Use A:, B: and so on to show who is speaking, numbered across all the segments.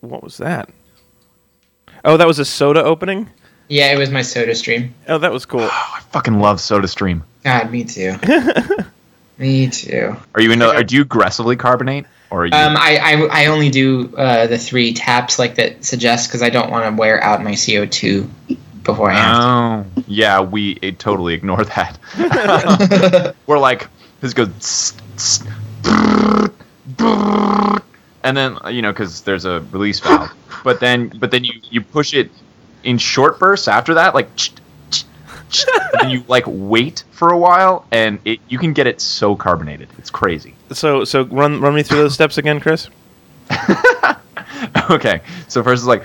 A: What was that? Oh, that was a soda opening.
B: Yeah, it was my soda stream.
A: Oh, that was cool.
C: Oh, I fucking love SodaStream.
B: God, me too. me too.
C: Are you in? A, do you aggressively carbonate, or are you?
B: Um, I, I, I only do uh, the three taps like that suggests because I don't want to wear out my CO two before I have
C: oh, yeah. We it, totally ignore that.
B: to.
C: We're like, this goes, tss, tss, and then you know, because there's a release valve. But then, but then you you push it in short bursts after that, like. and then you like wait for a while, and it you can get it so carbonated. It's crazy.
A: So so run run me through those steps again, Chris.
C: okay, so first it's like,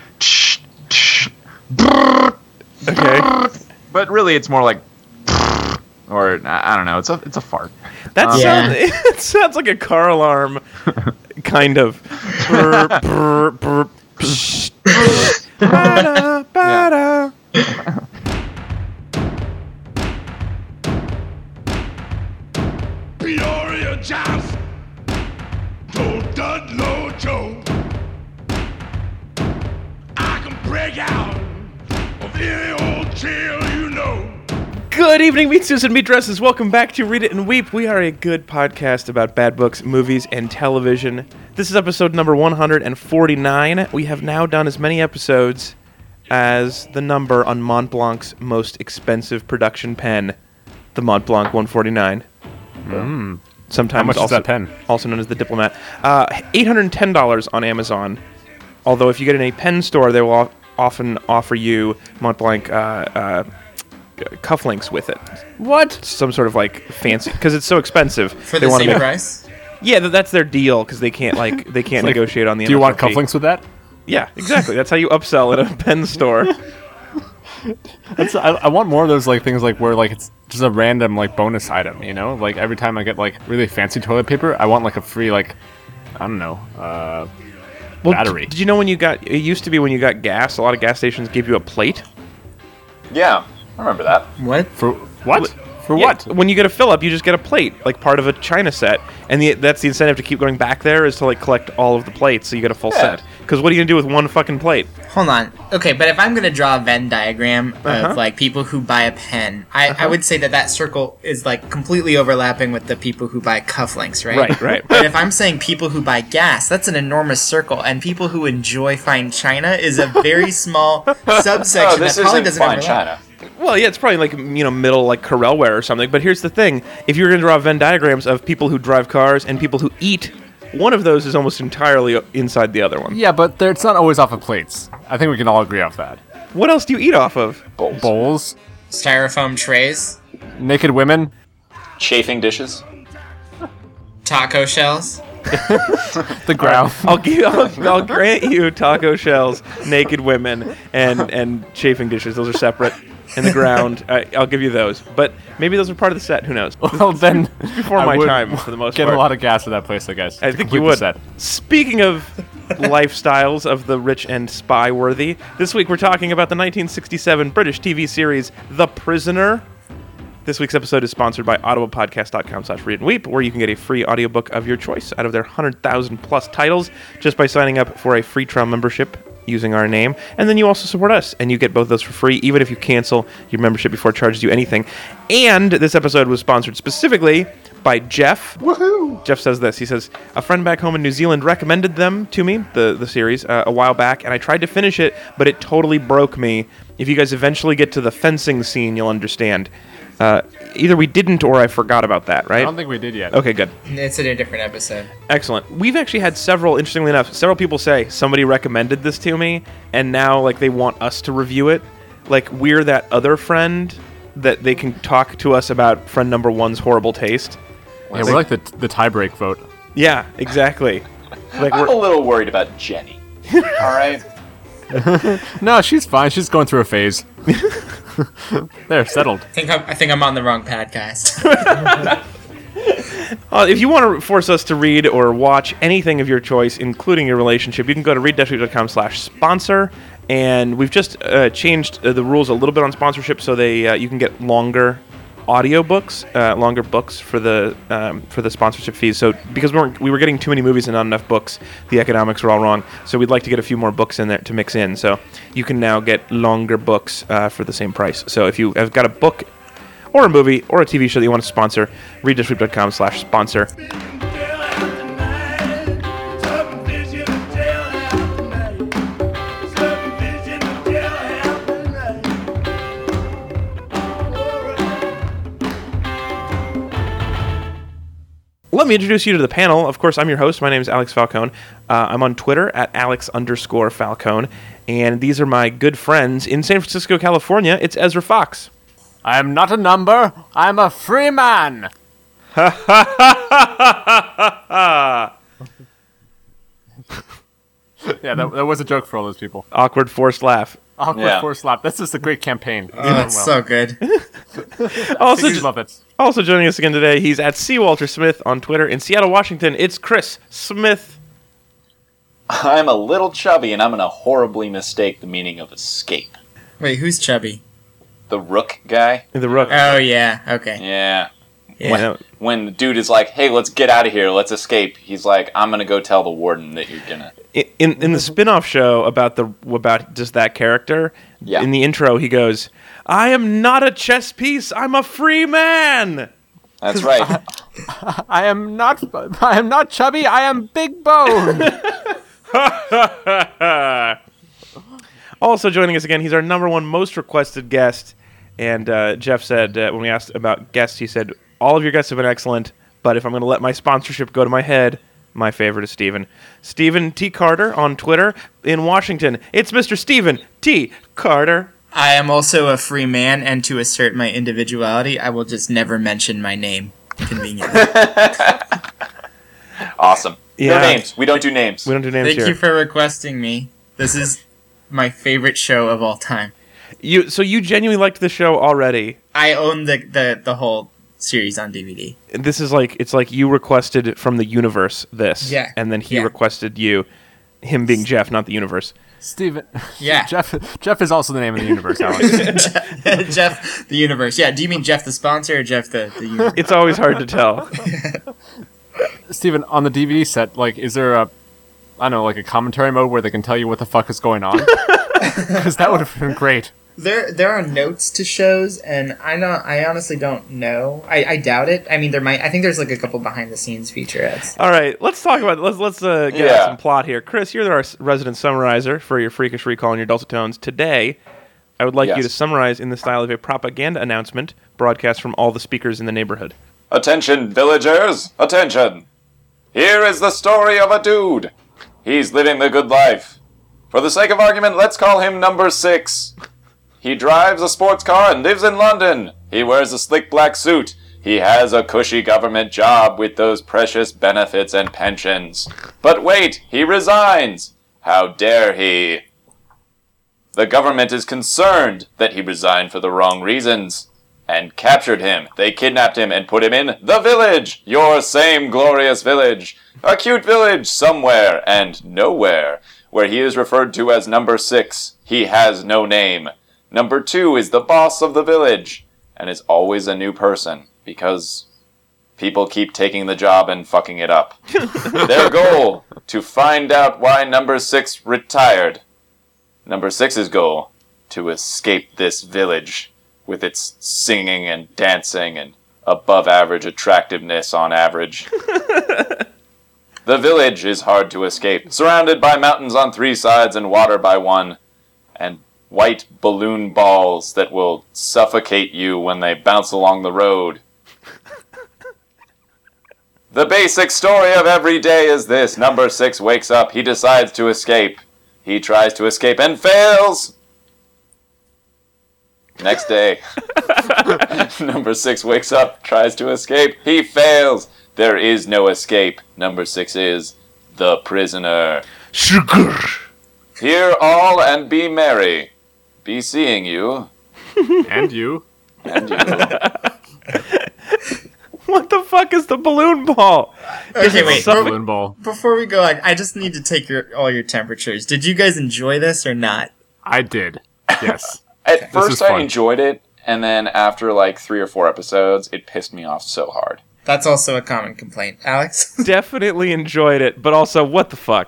A: Okay,
C: but really it's more like, or I I don't know. It's a it's a fart.
A: that
C: Um,
A: sounds it sounds like a car alarm, kind of. Brr, brr, brr, psh, psh, ba-da, ba-da.
D: Peoria Jazz. Don't Dudlow Joe. I can break out of any old jail you know.
A: Good evening, meet Susan, meet dresses. Welcome back to Read It and Weep. We are a good podcast about bad books, movies, and television. This is episode number 149. We have now done as many episodes as the number on Mont Blanc's most expensive production pen, the Mont Blanc 149. Sometimes
E: Hmm. How much is
A: also,
E: that pen?
A: Also known as the Diplomat. Uh, $810 on Amazon. Although if you get in a pen store, they will of- often offer you Mont Blanc uh, uh, cufflinks with it. What? Some sort of like fancy because it's so expensive.
F: For the
A: wanna
F: same
A: make-
F: price?
A: Yeah, th- that's their deal because they can't like they can't
E: Like,
A: negotiate on the.
E: Do you want
A: MSRP.
E: cufflinks with that?
A: Yeah, exactly. That's how you upsell at a pen store.
E: That's, I, I want more of those like things like where like it's just a random like bonus item, you know? Like every time I get like really fancy toilet paper, I want like a free like I don't know. Uh,
A: Well,
E: Battery.
A: d- Did you know when you got? It used to be when you got gas. A lot of gas stations give you a plate.
C: Yeah, I remember that.
F: What?
E: for what? For
A: Yeah,
E: what?
A: When you get a fill up, you just get a plate, like part of a china set, and the, that's the incentive to keep going back there is to like collect all of the plates so you get a full
C: Yeah.
A: set. Because what are you gonna do with one fucking plate?
F: Hold on. Okay, but if I'm gonna draw a Venn diagram
A: Uh-huh.
F: of like people who buy a pen, I, I would say that that circle is like completely overlapping with the people who buy cufflinks, right?
A: Right, right.
F: But if I'm saying people who buy gas, that's an enormous circle, and people who enjoy fine china is a very small
A: Oh,
F: subsection that probably doesn't overlap.
A: Well, yeah, it's probably like you know middle like Corelware or something. But here's the thing: if you're going to draw Venn diagrams of people who drive cars and people who eat, one of those is almost entirely inside the other one.
E: Yeah, but there- it's not always off of plates. I think we can all agree off that.
A: What else do you eat off of?
E: Bowls,
F: Styrofoam trays,
E: naked women.
C: Chafing dishes.
F: taco shells.
E: The ground.
A: I'll give, I'll, I'll grant you taco shells, naked women, and and chafing dishes. Those are separate. In the ground, I, I'll give you those. But maybe those are part of the set. Who knows?
E: well, then
A: Before
E: I
A: my
E: would
A: time, for the most
E: Get
A: part.
E: a lot of gas at that place, I guess.
A: I
E: to
A: think you
E: complete the
A: would.
E: set.
A: Speaking of lifestyles of the rich and spy worthy, this week we're talking about the 1967 British TV series The Prisoner. This week's episode is sponsored by audiblepodcast.com slash read and weep, where you can get a free audiobook of your choice out of their 100,000 plus titles just by signing up for a free trial membership using our name. And then you also support us, and you get both those for free, even if you cancel your membership before it charges you anything. And this episode was sponsored specifically by Jeff. Jeff says this. He says, A friend back home in New Zealand recommended them to me, the, the series, uh, a while back, and I tried to finish it, but it totally broke me. If you guys eventually get to the fencing scene, you'll understand. Uh, either we didn't or I forgot about that,
E: I
A: right?
E: don't think we did yet.
A: okay, good.
F: It's in a different episode.
A: Excellent. We've actually had several, interestingly enough, several people say somebody recommended this to me, and now like they want us to review it. Like we're that other friend that they can talk to us about friend number one's horrible taste.
E: Yeah, we're like the the tiebreak vote.
A: Yeah, exactly. Like we're,
C: little worried about Jenny. All right.
E: No, she's fine. She's going through a phase. there, settled.
F: I think I'm, I think I'm on the wrong
A: Oh,
F: podcast.
A: Uh, if you want to force us to read or watch anything of your choice, including your relationship, you can go to read slash sponsor. And we've just uh, changed uh, the rules a little bit on sponsorship so they uh, you can get longer audiobooks, uh, longer books for the um, for the sponsorship fees. So because we weren't we were getting too many movies and not enough books, the economics were all wrong. So we'd like to get a few more books in there to mix in. So you can now get longer books uh, for the same price. So if you have got a book or a movie or a TV show that you want to sponsor, readthesweep.com slash sponsor. Let me introduce you to the panel. Of course, I'm your host. My name is Alex Falcone. Uh, I'm on Twitter at Alex underscore Falcone. And these are my good friends in San Francisco, California. It's Ezra Fox.
E: I am not a number. I'm a free man. yeah, that, that was a joke for all those people.
A: Awkward forced laugh.
E: Awkward
C: Yeah.
E: force slap. That's just a great campaign.
F: Oh, That's so good.
A: Also,
E: you love it.
A: also joining us again today, he's at C. Walter Smith on Twitter. In Seattle, Washington, it's Chris Smith.
G: I'm a little chubby, and I'm gonna horribly mistake the meaning of escape.
F: Wait, who's chubby?
G: The rook guy?
A: The Rook.
F: Oh yeah. Okay.
G: Yeah.
A: Yeah,
F: Yeah.
A: no,
G: When the dude is like, "Hey, let's get out of here, let's escape," he's like, "I'm gonna go tell the warden that you're gonna."
A: in in the spin-off show about the about just that character
G: Yeah.
A: in the intro he goes i am not a chess piece i'm a free man
G: That's right.
E: I am not. I am not chubby. I am big bone.
A: also joining us again he's our number one most requested guest and uh, jeff said uh, when we asked about guests he said all of your guests have been excellent but if i'm going to let my sponsorship go to my head my favorite is Steven. Steven T. Carter on Twitter in Washington. It's Mr. Steven T. Carter.
F: I am also a free man, and to assert my individuality, I will just never mention my name. Conveniently.
G: awesome.
A: Yeah.
G: No names. We don't do names.
A: We don't do names
F: Thank
A: here.
F: you for requesting me. This is my favorite show of all time.
A: you so you genuinely liked the show already.
F: I own the the, the whole series on DVD.
A: this is like it's like you requested from the universe this
F: Yeah.
A: and then he
F: Yeah.
A: requested you him being jeff not the universe
E: Steven.
F: Yeah.
E: Jeff. Jeff is also the name of the universe. Alex.
F: Jeff the universe. Yeah, do you mean Jeff the sponsor or Jeff the, the universe?
A: it's always hard to tell
E: Steven, on the DVD set, like, is there a, I don't know, like a commentary mode where they can tell you what the fuck is going on? Because that would have been great.
F: There there are notes to shows and I don't I honestly don't know. I, I doubt it. I mean there might I think there's like a couple behind the scenes featurettes.
A: all right let's talk about let's let's uh, get
G: Yeah.
A: at some plot here chris you're our s- resident summarizer for your freakish recall and your dulcet tones today i would like you
G: Yes.
A: to summarize in the style of a propaganda announcement broadcast from all the speakers in the neighborhood
G: Attention, villagers! Attention! Here is the story of a dude. He's living the good life. For the sake of argument, let's call him number six. He drives a sports car and lives in London. He wears a slick black suit. He has a cushy government job with those precious benefits and pensions. But wait, he resigns. How dare he? The government is concerned that he resigned for the wrong reasons and captured him. They kidnapped him and put him in the village, your same glorious village, a cute village somewhere and nowhere, where he is referred to as number six. He has no name. Number two is the boss of the village and is always a new person because people keep taking the job and fucking it up. Their goal to find out why number six retired. Number six's goal to escape this village with its singing and dancing and above average attractiveness on average. the village is hard to escape, surrounded by mountains on three sides and water by one, and white balloon balls that will suffocate you when they bounce along the road. The basic story of every day is this. Number six wakes up. He decides to escape. He tries to escape and fails. Next day. Number six wakes up, tries to escape. He fails. There is no escape. Number six is the prisoner. Hear all and be merry. Be seeing you.
E: And you?
G: And you.
A: what the fuck is the balloon ball
F: Okay, wait.
A: suck?
F: be-
E: Balloon ball.
F: Before we go on, I just need to take your all your temperatures. Did you guys enjoy this or not?
E: I did. Yes.
G: At
E: This is
G: first, I
E: fun.
G: enjoyed it, and then after like three or four episodes, it pissed me off so hard.
F: That's also a common complaint, Alex.
A: Definitely enjoyed it, but also what the fuck?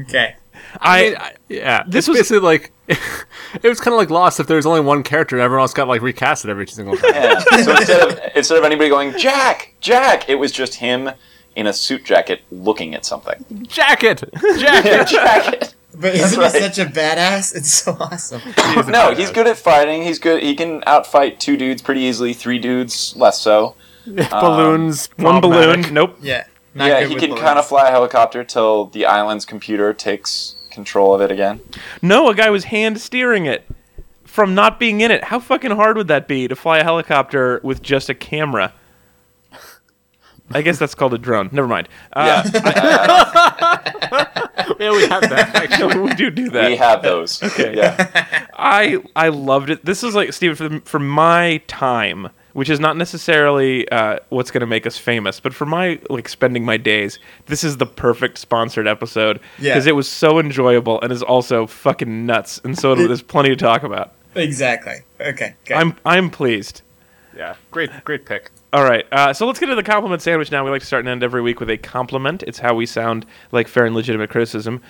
F: okay.
A: I,
E: mean, I- yeah,
A: this
E: this
A: was-
E: was basically like it was kind of like Lost. If there's only one character, everyone else got like recast it every single time.
G: Yeah. so instead of instead of anybody going Jack, Jack, it was just him in a suit jacket looking at something.
E: Jacket, jacket.
G: jacket.
F: But isn't
G: right.
F: he such a badass? It's so awesome.
G: no, he's good at fighting. He's good. He can outfight two dudes pretty easily. Three dudes less so.
E: Balloons,
A: one
E: Um, problematic.
A: balloon. Nope.
F: Yeah. Not
G: yeah,
F: good
G: he
F: with
G: can
F: balloons.
G: kind of fly a helicopter till the island's computer takes control of it again.
A: No, a guy was hand steering it from not being in it. How fucking hard would that be to fly a helicopter with just a camera? I guess that's called a drone. Never mind.
F: Ah,
A: Uh,
G: yeah,
E: Yeah, we have that. Actually.
A: we do do that.
G: we have those. Yeah,
A: I I loved it. This is like Steven for, for my time, which is not necessarily uh, what's going to make us famous, but for my like spending my days, this is the perfect sponsored episode
F: Yeah.
A: because it was so enjoyable and is also fucking nuts, and so there's plenty to talk about.
F: Exactly. Okay. Good.
A: I'm I'm pleased.
E: Yeah, great, great pick.
A: All right, uh, so let's get to the compliment sandwich now. We like to start and end every week with a compliment. It's how we sound like fair and legitimate criticism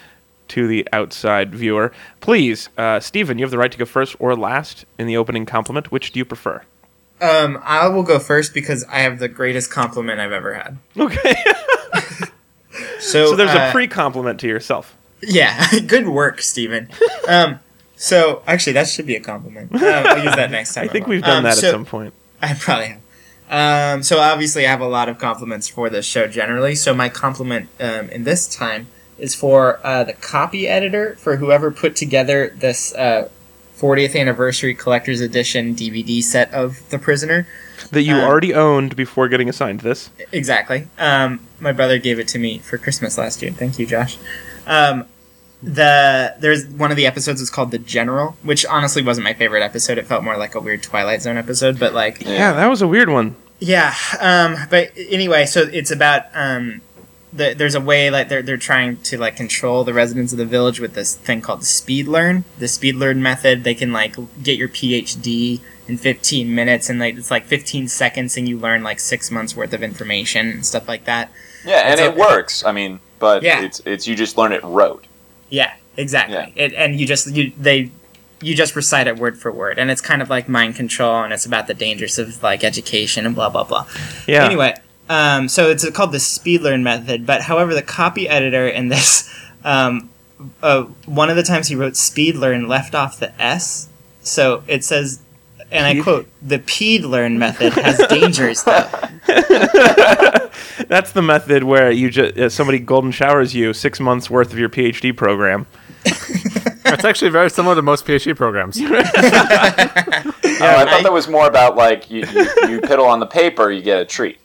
A: to the outside viewer. Please, uh, Stephen, you have the right to go first or last in the opening compliment. Which do you prefer?
F: Um, I will go first because I have the greatest compliment I've ever had.
A: Okay.
F: So,
A: so there's
F: uh,
A: a pre compliment to yourself.
F: Yeah, good work, Steven. Um, so actually, that should be a compliment. Um, I'll use that next time.
A: I think
F: will.
A: we've done
F: Um,
A: that
F: so-
A: at some point.
F: I probably have. Um, so obviously, I have a lot of compliments for this show generally. So my compliment um, in this time is for uh, the copy editor for whoever put together this uh, 40th anniversary collector's edition DVD set of The Prisoner.
A: That you
F: um,
A: already owned before getting assigned this.
F: Exactly. Um, my brother gave it to me for Christmas last year. Thank you, Josh. Um, the there's one of the episodes is called the General, which honestly wasn't my favorite episode. It felt more like a weird Twilight Zone episode, but like
A: Yeah, that was a weird one.
F: yeah. Um, but anyway, so it's about um, the, there's a way like they're they're trying to like control the residents of the village with this thing called the speed learn. The speed learn method. They can like get your PhD in 15 minutes, and like it's like 15 seconds, and you learn like six months worth of information and stuff like that.
G: yeah, and
F: It's
G: it
F: okay.
G: works. I mean, but
F: Yeah.
G: it's it's you just learn it rote.
F: Yeah, exactly. It, and you just you they you just recite it word for word, and it's kind of like mind control, and it's about the dangers of like education and blah blah blah.
A: Yeah.
F: Anyway, um, so it's called the speed learn method, but however, the copy editor in this um, uh, one of the times he wrote speed learn left off the s, so it says. And I quote, the peed learn method has dangers, though.
A: That's the method where you just uh, somebody golden showers you six months worth of your PhD program.
E: That's actually very similar to most PhD programs.
G: Oh, I thought that was more about like you, you, you piddle on the paper, you get a treat.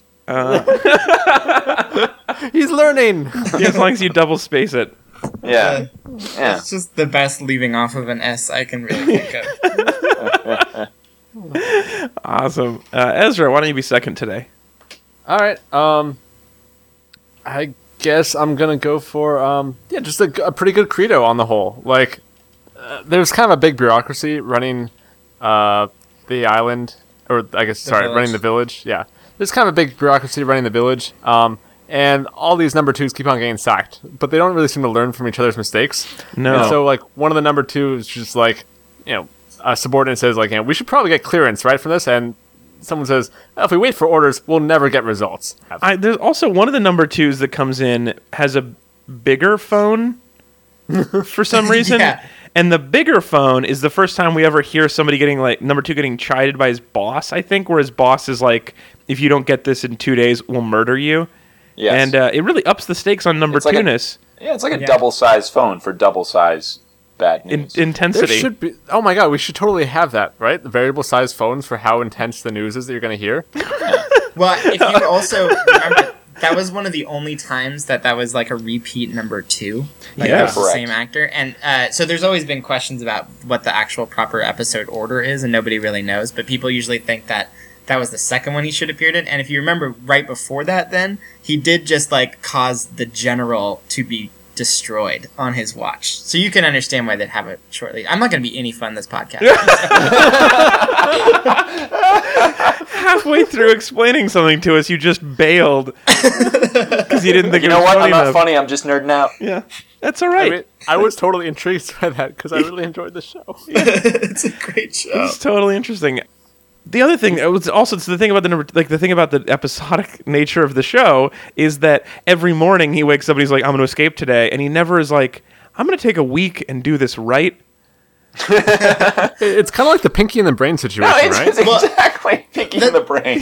E: He's learning.
A: Yeah, Uh, as long as you double space it.
G: Yeah, yeah.
F: It's just the best leaving off of an S I can really think of.
A: Awesome. Uh, Ezra, why don't you be second today?
E: All right. Um, I guess I'm gonna go for um, yeah, just a, g- a pretty good credo on the whole. Like, uh, there's kind of a big bureaucracy running uh, the island, or I guess sorry,
F: village.
E: running the village. Yeah, there's kind of a big bureaucracy running the village. Um, and all these number twos keep on getting sacked, but they don't really seem to learn from each other's mistakes.
A: No.
E: And so like one of the number twos just like you know a subordinate says like you know, we should probably get clearance right for this and someone says, "Oh, if we wait for orders, we'll never get results. Have-
A: I, there's also one of the number twos that comes in has a bigger phone for some reason.
F: Yeah.
A: And the bigger phone is the first time we ever hear somebody getting like number two getting chided by his boss, I think, where his boss is like, if you don't get this in two days, we'll murder you.
G: Yes.
A: And uh, it really ups the stakes on number
G: It's like a-
A: two-ness
G: yeah, it's like a
F: Yeah.
G: double-sized phone for double-sized bad
A: in,
G: news.
E: there
A: intensity.
E: should be. Oh my god, we should totally have that, right? The variable size phones for how intense the news is that you're going to hear.
F: Well, if you also remember, that was one of the only times that that was like a repeat number two. Like,
A: Yeah.
F: it was the
G: Correct.
F: same actor, and uh, so there's always been questions about what the actual proper episode order is, and nobody really knows. But people usually think that that was the second one he should have appeared in. And if you remember, right before that, then he did just like cause the general to be destroyed on his watch. So you can understand why they'd have it shortly. I'm not going to be any fun this podcast.
A: Halfway through explaining something to us, you just bailed because you didn't think
G: You
A: it
G: know
A: was
G: what?
A: funny
G: I'm not
A: enough.
G: funny. I'm just nerding out.
A: Yeah, that's all
E: I,
A: right.
E: mean, I was totally intrigued by that because I really enjoyed the show.
F: it's a great show.
A: It's totally interesting. The other thing, it was also it's the thing about the number, like the thing about the episodic nature of the show is that every morning he wakes up and he's like, "I'm going to escape today," and he never is like, "I'm going to take a week and do this right."
E: It- It's kind of like the Pinky and the Brain situation,
G: No, it's,
E: right?
G: it's exactly pinky in the brain.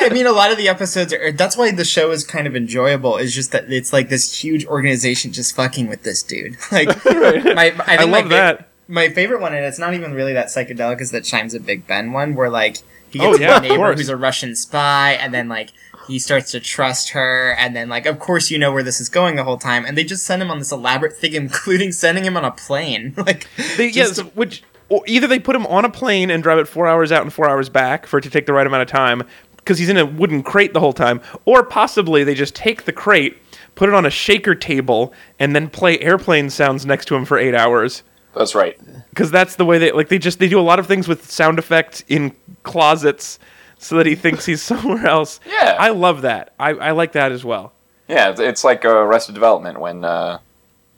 F: I mean, a lot of the episodes are. That's why the show is kind of enjoyable. Is just that it's like this huge organization just fucking with this dude. Like, my, I, think
A: I
F: my
A: love
F: fav-
A: that.
F: My favorite one, and it's not even really that psychedelic, is that Chimes a Big Ben one, where like he
A: Oh,
F: gets
A: yeah,
F: a
A: of
F: neighbor
A: course.
F: who's a Russian spy, and then like he starts to trust her, and then like of course you know where this is going the whole time, and they just send him on this elaborate thing, including sending him on a plane. like,
A: They, yes,
F: just to-
A: which or either they put him on a plane and drive it four hours out and four hours back for it to take the right amount of time because he's in a wooden crate the whole time, or possibly they just take the crate, put it on a shaker table, and then play airplane sounds next to him for eight hours.
G: That's right.
A: because that's the way they like they just they do a lot of things with sound effects in closets so that he thinks he's somewhere else
G: Yeah.
A: i love that i, I like that as well
G: Yeah, it's- it's like uh, Arrested Development when uh,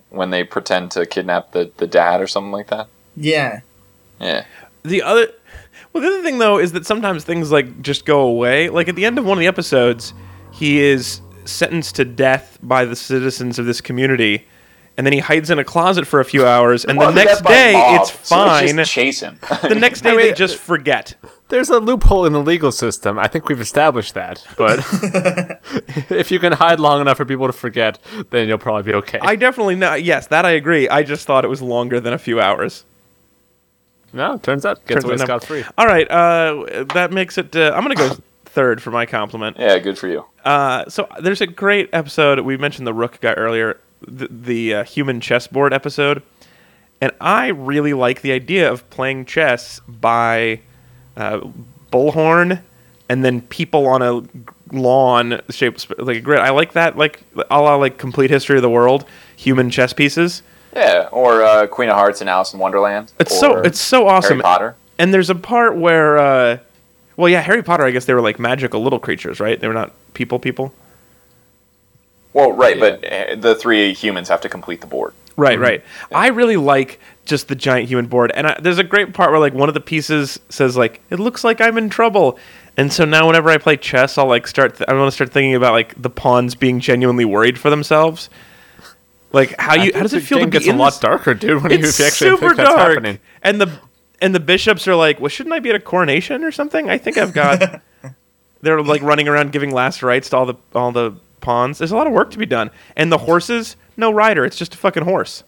G: when they pretend to kidnap the, the dad or something like that.
F: yeah.
G: Yeah.
A: the other well the other thing though is that sometimes things like just go away like at the end of one of the episodes he is sentenced to death by the citizens of this community and then he hides in a closet for a few hours and
G: Well,
A: the next
G: that's by
A: day
G: mob,
A: it's
G: so let's
A: fine
G: just chase him.
A: the next day
E: I mean-
A: they
G: uh,
A: just forget
E: There's a loophole in the legal system. I think we've established that. But if you can hide long enough for people to forget, then you'll probably be okay.
A: i definitely know yes that i agree i just thought it was longer than a few hours
E: no, turns out gets
A: Turns
E: away
A: out no.
E: scot free.
A: All right, uh, that makes it. Uh, I'm gonna go third for my compliment.
G: yeah, good for you.
A: Uh, so there's a great episode. We mentioned the Rook guy earlier, the, the uh, human chessboard episode, and I really like the idea of playing chess by uh, bullhorn and then people on a lawn shaped sp- like a grid. I like that, like a la like complete history of the world, human chess pieces.
G: Yeah, or uh, Queen of Hearts and Alice in Wonderland.
A: It's so
G: or
A: it's so awesome.
G: Harry Potter.
A: And there's a part where, uh, well, yeah, Harry Potter. I guess they were like magical little creatures, right? They were not people, people.
G: Well, right, but uh, the three humans have to complete the board.
A: Right, right. I really like just the giant human board. And I, there's a great part where like one of the pieces says like, "It looks like I'm in trouble." And so now whenever I play chess, I'll like start. Th- I want to start thinking about like the pawns being genuinely worried for themselves. Like how you? How does it feel to
E: Game
A: be
E: gets a
A: in
E: lot
A: this-
E: darker, dude. When
A: It's
E: you actually
A: super
E: think that's
A: dark.
E: happening.
A: And the and the bishops are like, well, shouldn't I be at a coronation or something? I think I've got. they're like running around giving last rites to all the all the pawns. There's a lot of work to be done. And the horses, no rider. It's just a fucking horse.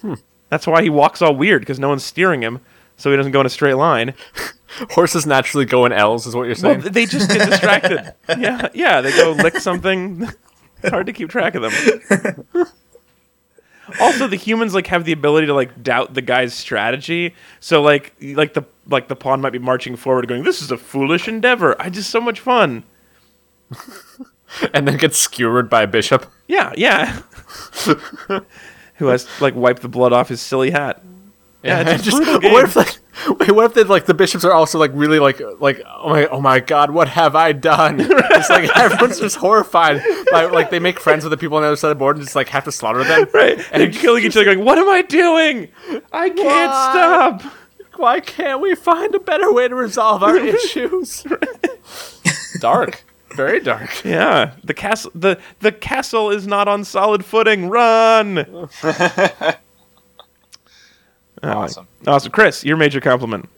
E: Hmm.
A: That's why he walks all weird because no one's steering him, so he doesn't go in a straight line.
E: Horses naturally go in L's, is what you're
A: Well,
E: saying.
A: they just get distracted. yeah, yeah, they go lick something. it's hard to keep track of them. also, the humans like have the ability to like doubt the guy's strategy. So like y- like the like the pawn might be marching forward, going, "This is a foolish endeavor. I just so much fun."
E: and then gets skewered by a bishop.
A: Yeah, yeah. Who has like wiped the blood off his silly hat? Yeah, it's a
E: Just-
A: brutal game.
E: what if like wait, what if they, like the bishops are also like really like like oh my oh my god what have I done? It's like everyone's just horrified by like they make friends with the people on the other side of the board and just like have to slaughter them.
A: right? And they're killing each other, going, "What am I doing? I can't
E: Why?
A: stop."
E: Why can't we find a better way to resolve our issues? dark, very dark.
A: Yeah, the castle the the castle is not on solid footing. Run.
G: Awesome.
A: Awesome, Chris, your major compliment.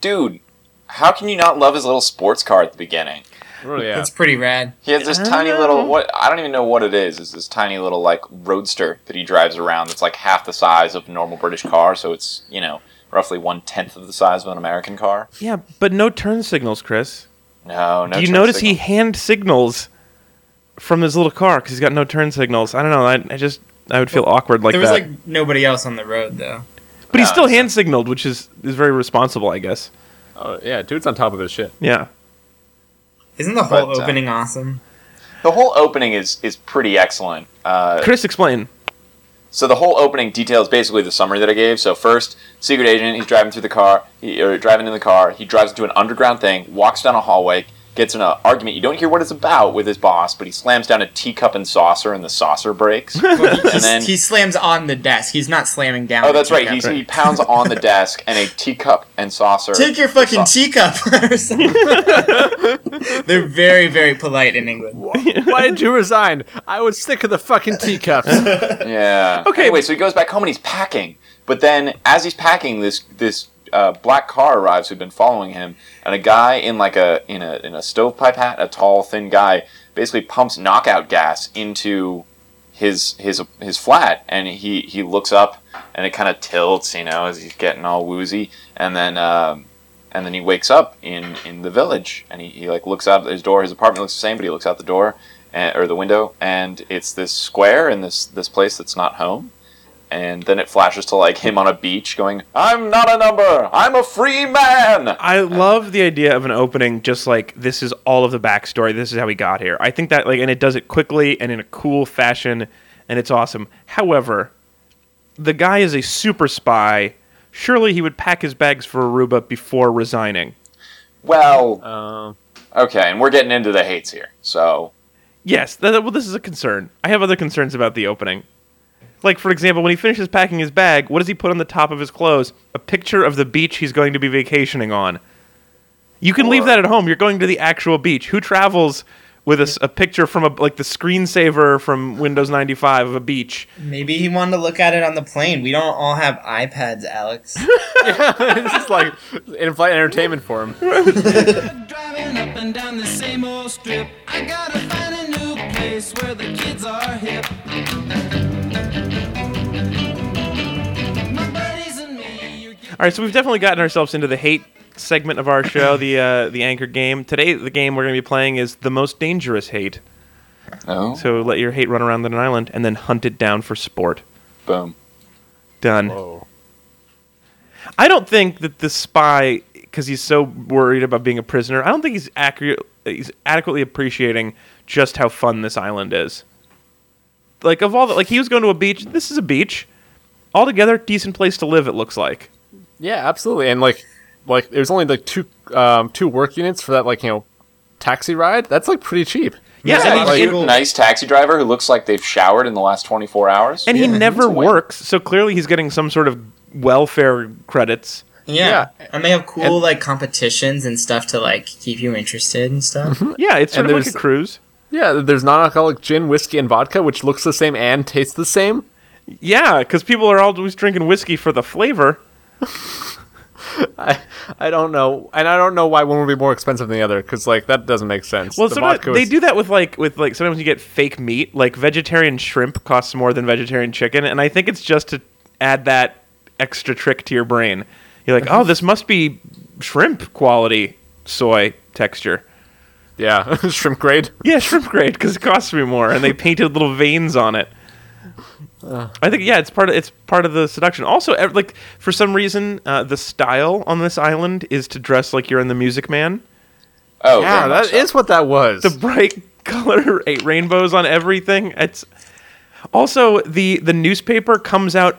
G: Dude, how can you not love his little sports car at the beginning?
E: Really, yeah.
F: That's pretty rad.
G: He has this
A: I
G: tiny
A: know.
G: little what I don't even know what it is. It's this tiny little like roadster that he drives around that's like half the size of a normal British car, so it's, you know, roughly one tenth of the size of an American car.
A: Yeah, but no turn signals, Chris.
G: No, no.
A: Do you
G: turn
A: notice he
G: signal.
A: hand signals from his little car because he's got no turn signals? I don't know. I, I just I would feel awkward like
F: there was
A: that.
F: like nobody else on the road though.
A: but he's
G: No,
A: still
G: it's-
A: hand signaled, which is is very responsible, I guess.
E: Oh, yeah, dude's on top of his shit.
A: Yeah.
F: Isn't the whole
G: But, uh,
F: opening awesome?
G: the whole opening is is pretty excellent. Uh,
A: Chris, explain.
G: so the whole opening details basically the summary that I gave. So first, secret agent, he's driving through the car, he, or driving in the car. He drives into an underground thing, walks down a hallway, gets in an argument. You don't hear what it's about with his boss, but he slams down a teacup and saucer, and the saucer breaks.
F: Well, he, he,
G: And then-
F: he slams on the desk. He's not slamming down.
G: Oh,
F: the
G: that's right.
F: teacup.
G: He's, he pounds on the desk, and a teacup and saucer.
F: Take your fucking
G: Saucer.
F: teacup. or something. They're very, very polite in England.
E: Why did you resign? I would stick to the fucking teacups.
G: Yeah.
A: Okay.
G: Anyway, so he goes back home and he's packing. But then, as he's packing, this this uh, black car arrives who'd been following him, and a guy in like a in a in a stovepipe hat, a tall, thin guy, basically pumps knockout gas into his his his flat, and he he looks up, and it kind of tilts, you know, as he's getting all woozy, and then. Um, and then he wakes up in, in the village, and he, he like looks out his door. His apartment looks the same, but he looks out the door, and, or the window, and it's this square in this this place that's not home. And then it flashes to like him on a beach, going, "I'm not a number. I'm a free man."
A: I love the idea of an opening just like this is all of the backstory. This is how he got here. I think that like and it does it quickly and in a cool fashion and it's awesome. However, the guy is a super spy. Surely he would pack his bags for Aruba before resigning.
G: Well,
E: Um,
G: okay, and we're getting into the hates here. So
A: Yes, th- well this is a concern. I have other concerns about the opening. Like for example, when he finishes packing his bag, what does he put on the top of his clothes? A picture of the beach he's going to be vacationing on. You can leave
G: Or-
A: that at home. You're going to the actual beach. Who travels with a, s- a picture from a like the screensaver from Windows 95 of a beach?
F: Maybe he wanted to look at it on the plane. We don't all have iPads, Alex.
E: yeah, it's just like in-flight entertainment for him.
H: Driving up and down the same old strip. I gotta find a new place where the kids are hip. My buddies and me, you're
A: All right, so we've definitely gotten ourselves into the hate segment of our show, the uh, the anchor game. Today, the game we're going to be playing is the most dangerous hate.
G: no,
A: So let your hate run around an island and then hunt it down for sport.
G: boom.
A: Done.
E: Whoa.
A: I don't think that the spy, because he's so worried about being a prisoner, I don't think he's accurate. He's adequately appreciating just how fun this island is. Like of all the, like he was going to a beach. This is a beach. Altogether, decent place to live. It looks like.
E: Yeah, absolutely. And like, like there's only like two, um, two work units for that. Like you know, taxi ride. That's like pretty cheap.
A: Yeah,
G: Yeah,
A: and,
G: like,
A: he,
G: a nice taxi driver who looks like they've showered in the last twenty four hours.
A: and he never
G: It's a win.
A: works. So clearly, he's getting some sort of welfare credits.
F: Yeah. And they have cool
E: And-
F: like competitions and stuff to like keep you interested and stuff.
A: Yeah, it's sort
E: And
A: of like a
E: there's-
A: cruise.
E: Yeah, there's non-alcoholic gin, whiskey, and vodka, which looks the same and tastes the same.
A: Yeah, because people are always drinking whiskey for the flavor.
E: I, I don't know, and I don't know why one would be more expensive than the other because like that doesn't make sense.
A: Well,
E: The
A: sometimes
E: vodka
A: they
E: was-
A: do that with like with like sometimes you get fake meat. Like vegetarian shrimp costs more than vegetarian chicken, and I think it's just to add that extra trick to your brain. You're
E: Uh-huh.
A: like, oh, this must be shrimp quality soy texture.
E: Yeah, shrimp grade.
A: Yeah, shrimp grade because it costs me more, and they painted little veins on it.
E: Uh.
A: I think yeah, it's part of it's part of the seduction. Also, ev- like for some reason, uh, the style on this island is to dress like you're in the Music Man.
G: Oh,
E: yeah,
G: very much
E: that is
G: so.
E: what that was.
A: the bright color eight rainbows on everything. It's also the the newspaper comes out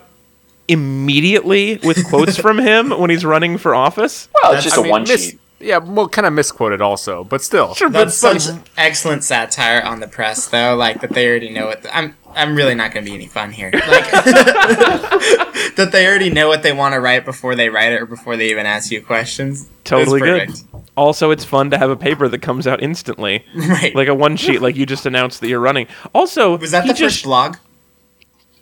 A: immediately with quotes from him when he's running for office.
G: Well,
F: That's-
G: it's just
F: I
G: a
E: mean,
G: one
E: mis-
G: sheet.
E: Yeah, well, kind of misquoted also, but still.
A: Sure, but,
F: That's
A: but-
F: such excellent satire on the press though, like that they already know what the, I'm I'm really not gonna be any fun here. Like that they already know what they want to write before they write it or before they even ask you questions. It's
A: totally good.
F: perfect.
A: Also, it's fun to have a paper that comes out instantly,
F: Right.
A: like a one sheet, like you just announced that you're running. Also,
F: was that
A: he
F: the
A: just,
F: first blog?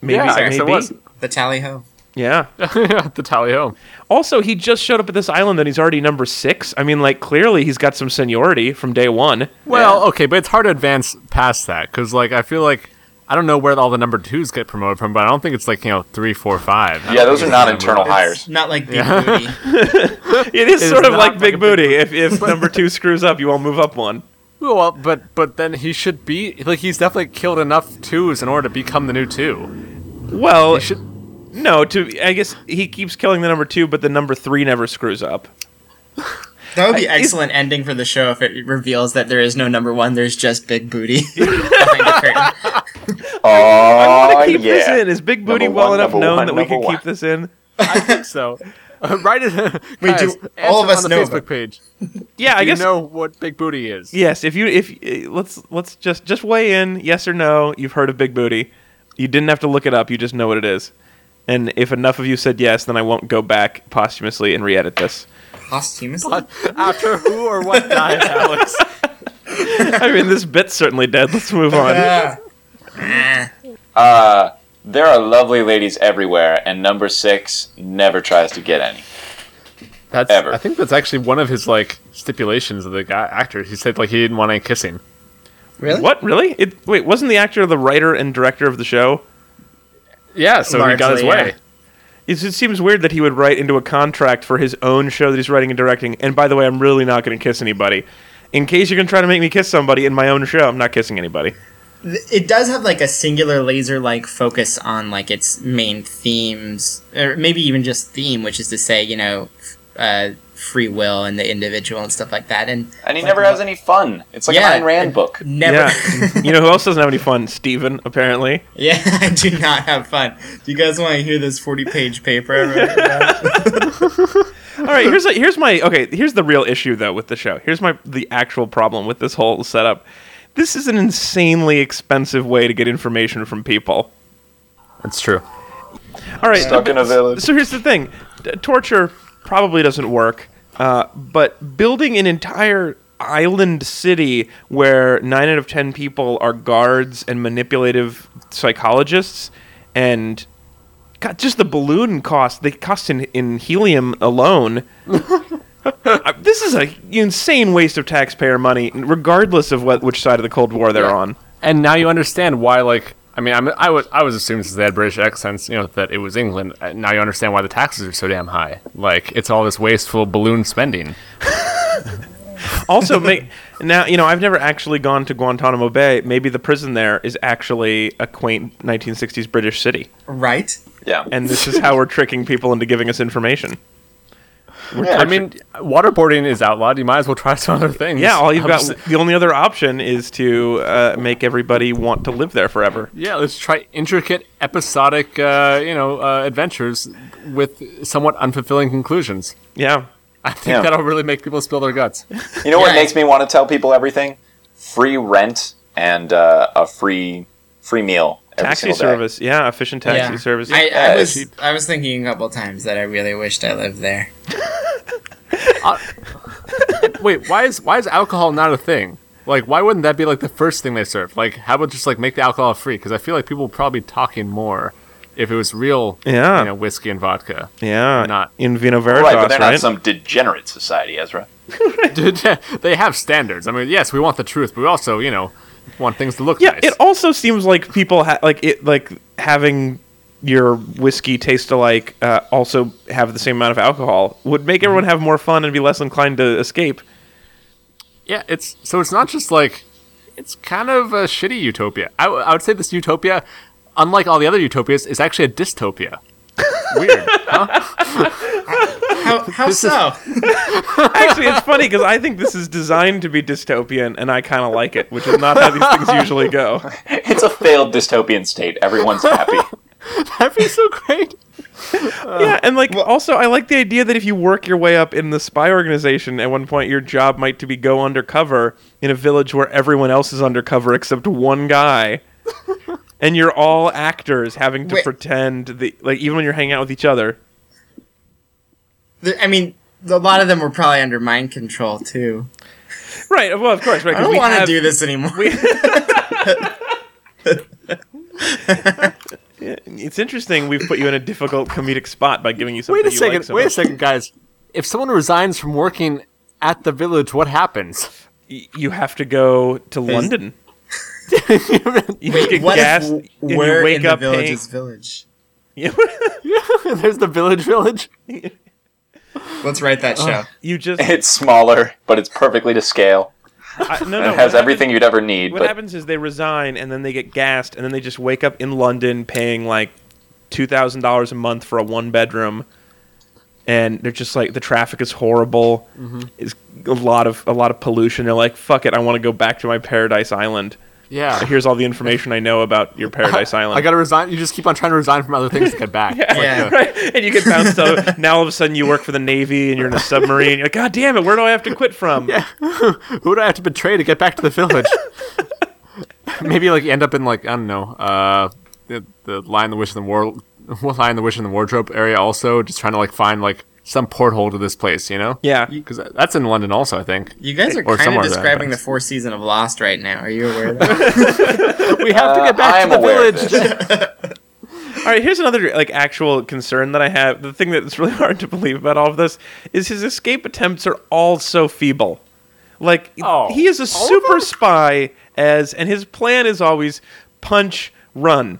A: Maybe,
E: Yeah, I guess it
A: maybe.
E: was.
F: The tally ho.
A: Yeah.
E: the tally ho.
A: Also, he just showed up at this island and he's already number six. I mean, like clearly he's got some seniority from day one.
E: Well, okay, but it's hard to advance past that because, like, I feel like I don't know where all the number twos get promoted from, but I don't think it's like you know three, four, five. I
G: Yeah,
E: don't
G: those are
E: think
G: not
E: it's
G: internal
E: number-
G: hires.
F: Not like Big
E: Yeah.
F: Booty.
A: It is
E: It is
A: sort of
E: not
A: like
E: like
A: Big
E: a Big
A: Booty. If, if number two screws up, you all move up one.
E: Well, but but then he should be like he's definitely killed enough twos in order to become the new two.
A: Well,
E: He should.
A: no. To I guess he keeps killing the number two, but the number three never screws up.
F: That would be excellent ending for the show if it reveals that there is no number one. There's just big booty. behind the curtain.
A: I want
G: Oh,
A: to keep
G: yeah.
A: this in. Is Big Booty
G: Number
A: well
G: one,
A: enough
G: number
A: known
G: one,
A: that we
G: number
A: can
G: one.
A: keep this in?
E: I think so. Uh, write it.
F: We
E: guys,
F: do- all
E: answer
F: of us
E: on the
F: know
E: Facebook
F: about-
E: page.
A: Yeah, I
E: I
A: guess.
E: you know what big booty is.
A: Yes, if you if eh, let's let's just just weigh in yes or no. You've heard of Big Booty. You didn't have to look it up. You just know what it is. And if enough of you said yes, then I won't go back posthumously and re-edit this.
F: Posthumously.
E: After who or what dies, Alex?
A: I mean, this bit's certainly dead. Let's move on.
F: Ah. Ah.
G: Uh, there are lovely ladies everywhere, and number six never tries to get any.
E: That's.
G: Ever.
E: I think that's actually one of his like stipulations of the guy actor. He said like he didn't want any kissing.
F: Really?
A: What really? It, wait, wasn't the actor the writer and director of the show?
E: Yeah, so he got his
F: Largely,
E: way.
A: It, it seems weird that he would write into a contract for his own show that he's writing and directing. And by the way, I'm really not going to kiss anybody. In case you're going to try to make me kiss somebody in my own show, I'm not kissing anybody.
F: It does have like a singular laser-like focus on like its main themes, or maybe even just theme, which is to say, you know, uh, free will and the individual and stuff like that, and
G: And he never has any fun. It's like
F: Yeah.
G: an Ayn Rand book.
F: never.
A: Yeah. you know who else doesn't have any fun? Steven, apparently.
F: Yeah, I do not have fun. Do you guys want to hear this forty-page paper? I wrote
A: All right, here's a, here's my okay. Here's the real issue though with the show. Here's my the actual problem with this whole setup. This is an insanely expensive way to get information from people.
E: That's true.
A: All right,
G: Stuck in a village.
A: So here's the thing: T- torture probably doesn't work, uh, but building an entire island city where nine out of ten people are guards and manipulative psychologists, and God, just the balloon cost. The cost in in helium alone. Uh, this is an insane waste of taxpayer money, regardless of what which side of the Cold War they're on.
E: And now you understand why, like, I mean, I'm, I was I was assuming since they had British accents, you know, that it was England. Uh, Now you understand why the taxes are so damn high. Like, it's all this wasteful balloon spending.
A: also make now you know i've never actually gone to guantanamo bay maybe the prison there is actually a quaint 1960s british city
F: right?
G: Yeah.
A: and this is how we're tricking people into giving us information
E: I mean, waterboarding is outlawed. You might as well try some other things.
A: yeah all you've
E: I'm
A: got
E: just-
A: the only other option is to uh, make everybody want to live there forever
E: yeah, let's try intricate, episodic, uh, you know, uh, adventures with somewhat unfulfilling conclusions.
A: yeah
E: I think
G: Yeah.
E: that'll really make people spill their guts.
G: You know what
F: Yeah.
G: makes me want to tell people everything? Free rent and uh, a free free meal. Every
A: taxi
G: single day.
A: service yeah efficient taxi service
F: I, I
G: Yeah,
F: was
G: cheap.
F: I was thinking a couple times that I really wished I lived there.
E: Wait, why is why is alcohol not a thing? Like, why wouldn't that be like the first thing they serve? Like, how about just like make the alcohol free? Because I feel like people would probably be talking more if it was real,
A: Yeah.
E: you know, whiskey and vodka.
A: yeah
E: Not-
A: in vino veritas
G: Right, but they're not
A: right?
G: some degenerate society, Ezra.
E: Dude, they have standards. I mean, yes, we want the truth, but we also, you know, want things to look
A: Yeah,
E: nice.
A: it also seems like people ha- like it like having your whiskey taste alike uh, also have the same amount of alcohol would make everyone have more fun and be less inclined to escape.
E: yeah, it's so it's not just like it's kind of a shitty utopia. I, w- I would say this utopia, unlike all the other utopias, is actually a dystopia. Weird.
F: How, how so?
A: Actually, it's funny because I think this is designed to be dystopian, and I kind of like it, which is not how these things usually go.
G: It's a failed dystopian state. Everyone's happy.
E: That'd be so great.
F: Oh,
A: yeah, and like also, I like the idea that if you work your way up in the spy organization, at one point your job might to be go undercover in a village where everyone else is undercover except one guy, and you're all actors having to
F: Wait.
A: pretend the like even when you're hanging out with each other.
F: The- I mean, a lot of them were probably under mind control too.
A: Right. Well, of course. Right.
F: I
A: 'cause
F: don't
A: we
F: want to
A: have-
F: do this anymore.
A: It's interesting. We've put you in a difficult comedic spot by giving you something.
E: Wait a
A: you
E: second.
A: like so
E: wait a
A: much.
E: second, guys. If someone resigns from working at the village, what happens?
A: Y- You have to go to London. You
F: Wait,
A: get
F: what
A: gassed
F: if
A: and you
F: we're
A: wake
F: in the
A: up paying-
F: village's village?
E: There's the village village.
F: Let's write that show.
A: you just
G: it's smaller, but it's perfectly to scale.
A: I, no no
G: It has
A: what happens-
G: everything you'd ever need.
A: What
G: but
A: happens is they resign and then they get gassed and then they just wake up in London paying like two thousand dollars a month for a one bedroom. and they're just like the traffic is horrible. It's a lot of a lot of pollution. They're like, fuck it, I want to go back to my paradise island.
E: Yeah.
A: Here's all the information I know about your paradise island.
E: I gotta resign. You just keep on trying to resign from other things to get back. It's like, uh,
F: Yeah.
A: right? And you get bounced out. Now all of a sudden you work for the Navy and you're in a submarine. You're like, God damn it, where do I have to quit from?
E: Who do I have to betray to get back to the village? Maybe like you end up in like I don't know, uh, the, the Lion, the Witch, and the War, Lion, the Witch, and the Wardrobe area. Also, just trying to like find like some porthole to this place, you know?
A: Yeah.
E: because that's in London also, I think.
F: You guys are
E: Or
F: kind
E: somewhere
F: of
E: around
F: describing the
E: that.
F: fourth season of Lost right now. Are you aware of that?
E: We have to
G: Uh, I
E: get back
G: am
E: to the
G: aware of
E: village.
G: this.
A: All right, here's another like actual concern that I have. The thing that's really hard to believe about all of this is his escape attempts are all so feeble. Like
E: Oh,
A: he is a
E: all of
A: super spy as and his plan is always punch run.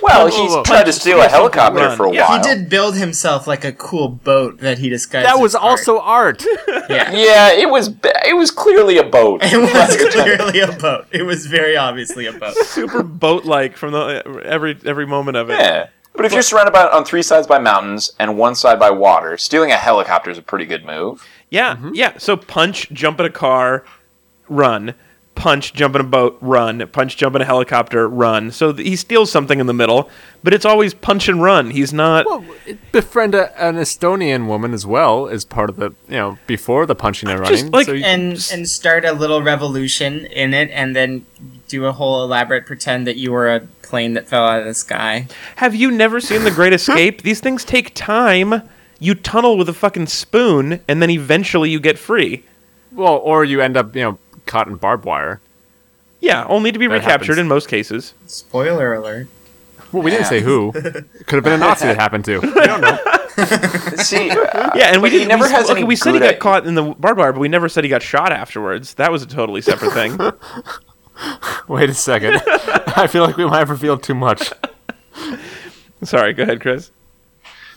G: Well,
E: Whoa, whoa, whoa.
G: he's tried to steal a helicopter
A: Run.
G: for a
A: Yeah.
G: while.
F: he did build himself like a cool boat that he disguised.
E: That was
F: as art.
E: also art.
F: yeah.
G: Yeah, it was ba- it was clearly a boat.
F: It was clearly a boat. It was very obviously a boat.
A: Super boat like from the every every moment of it.
G: Yeah. But if you're surrounded by, on three sides by mountains and one side by water, stealing a helicopter is a pretty good move.
A: Yeah,
E: Mm-hmm.
A: yeah. So punch, jump in a car, run. Punch, jump in a boat, run. Punch, jump in a helicopter, run. So th- he steals something in the middle, but it's always punch and run. He's not.
E: Well, befriend a, an Estonian woman as well as part of the you know before the punching and running.
A: just, like,
E: you-
F: And and start a little revolution in it, and then do a whole elaborate pretend that you were a plane that fell out of the sky.
A: Have you never seen The Great Escape? These things take time. You tunnel with a fucking spoon, and then eventually you get free.
E: well, or you end up you know caught in barbed wire.
A: Yeah, only to be
E: That
A: recaptured
E: happens.
A: in most cases.
F: Spoiler alert.
E: Well, we didn't say who. Could have been a Nazi that happened to. We don't know.
G: See,
A: Yeah, and we
G: Uh, But he
A: didn't-
G: never
A: we,
G: has
A: okay,
G: any
A: we said he
G: good
A: got
G: at-
A: caught in the barbed wire, but we never said he got shot afterwards. That was a totally separate thing.
E: Wait a second. I feel like we might have revealed too much.
A: Sorry, go ahead, Chris.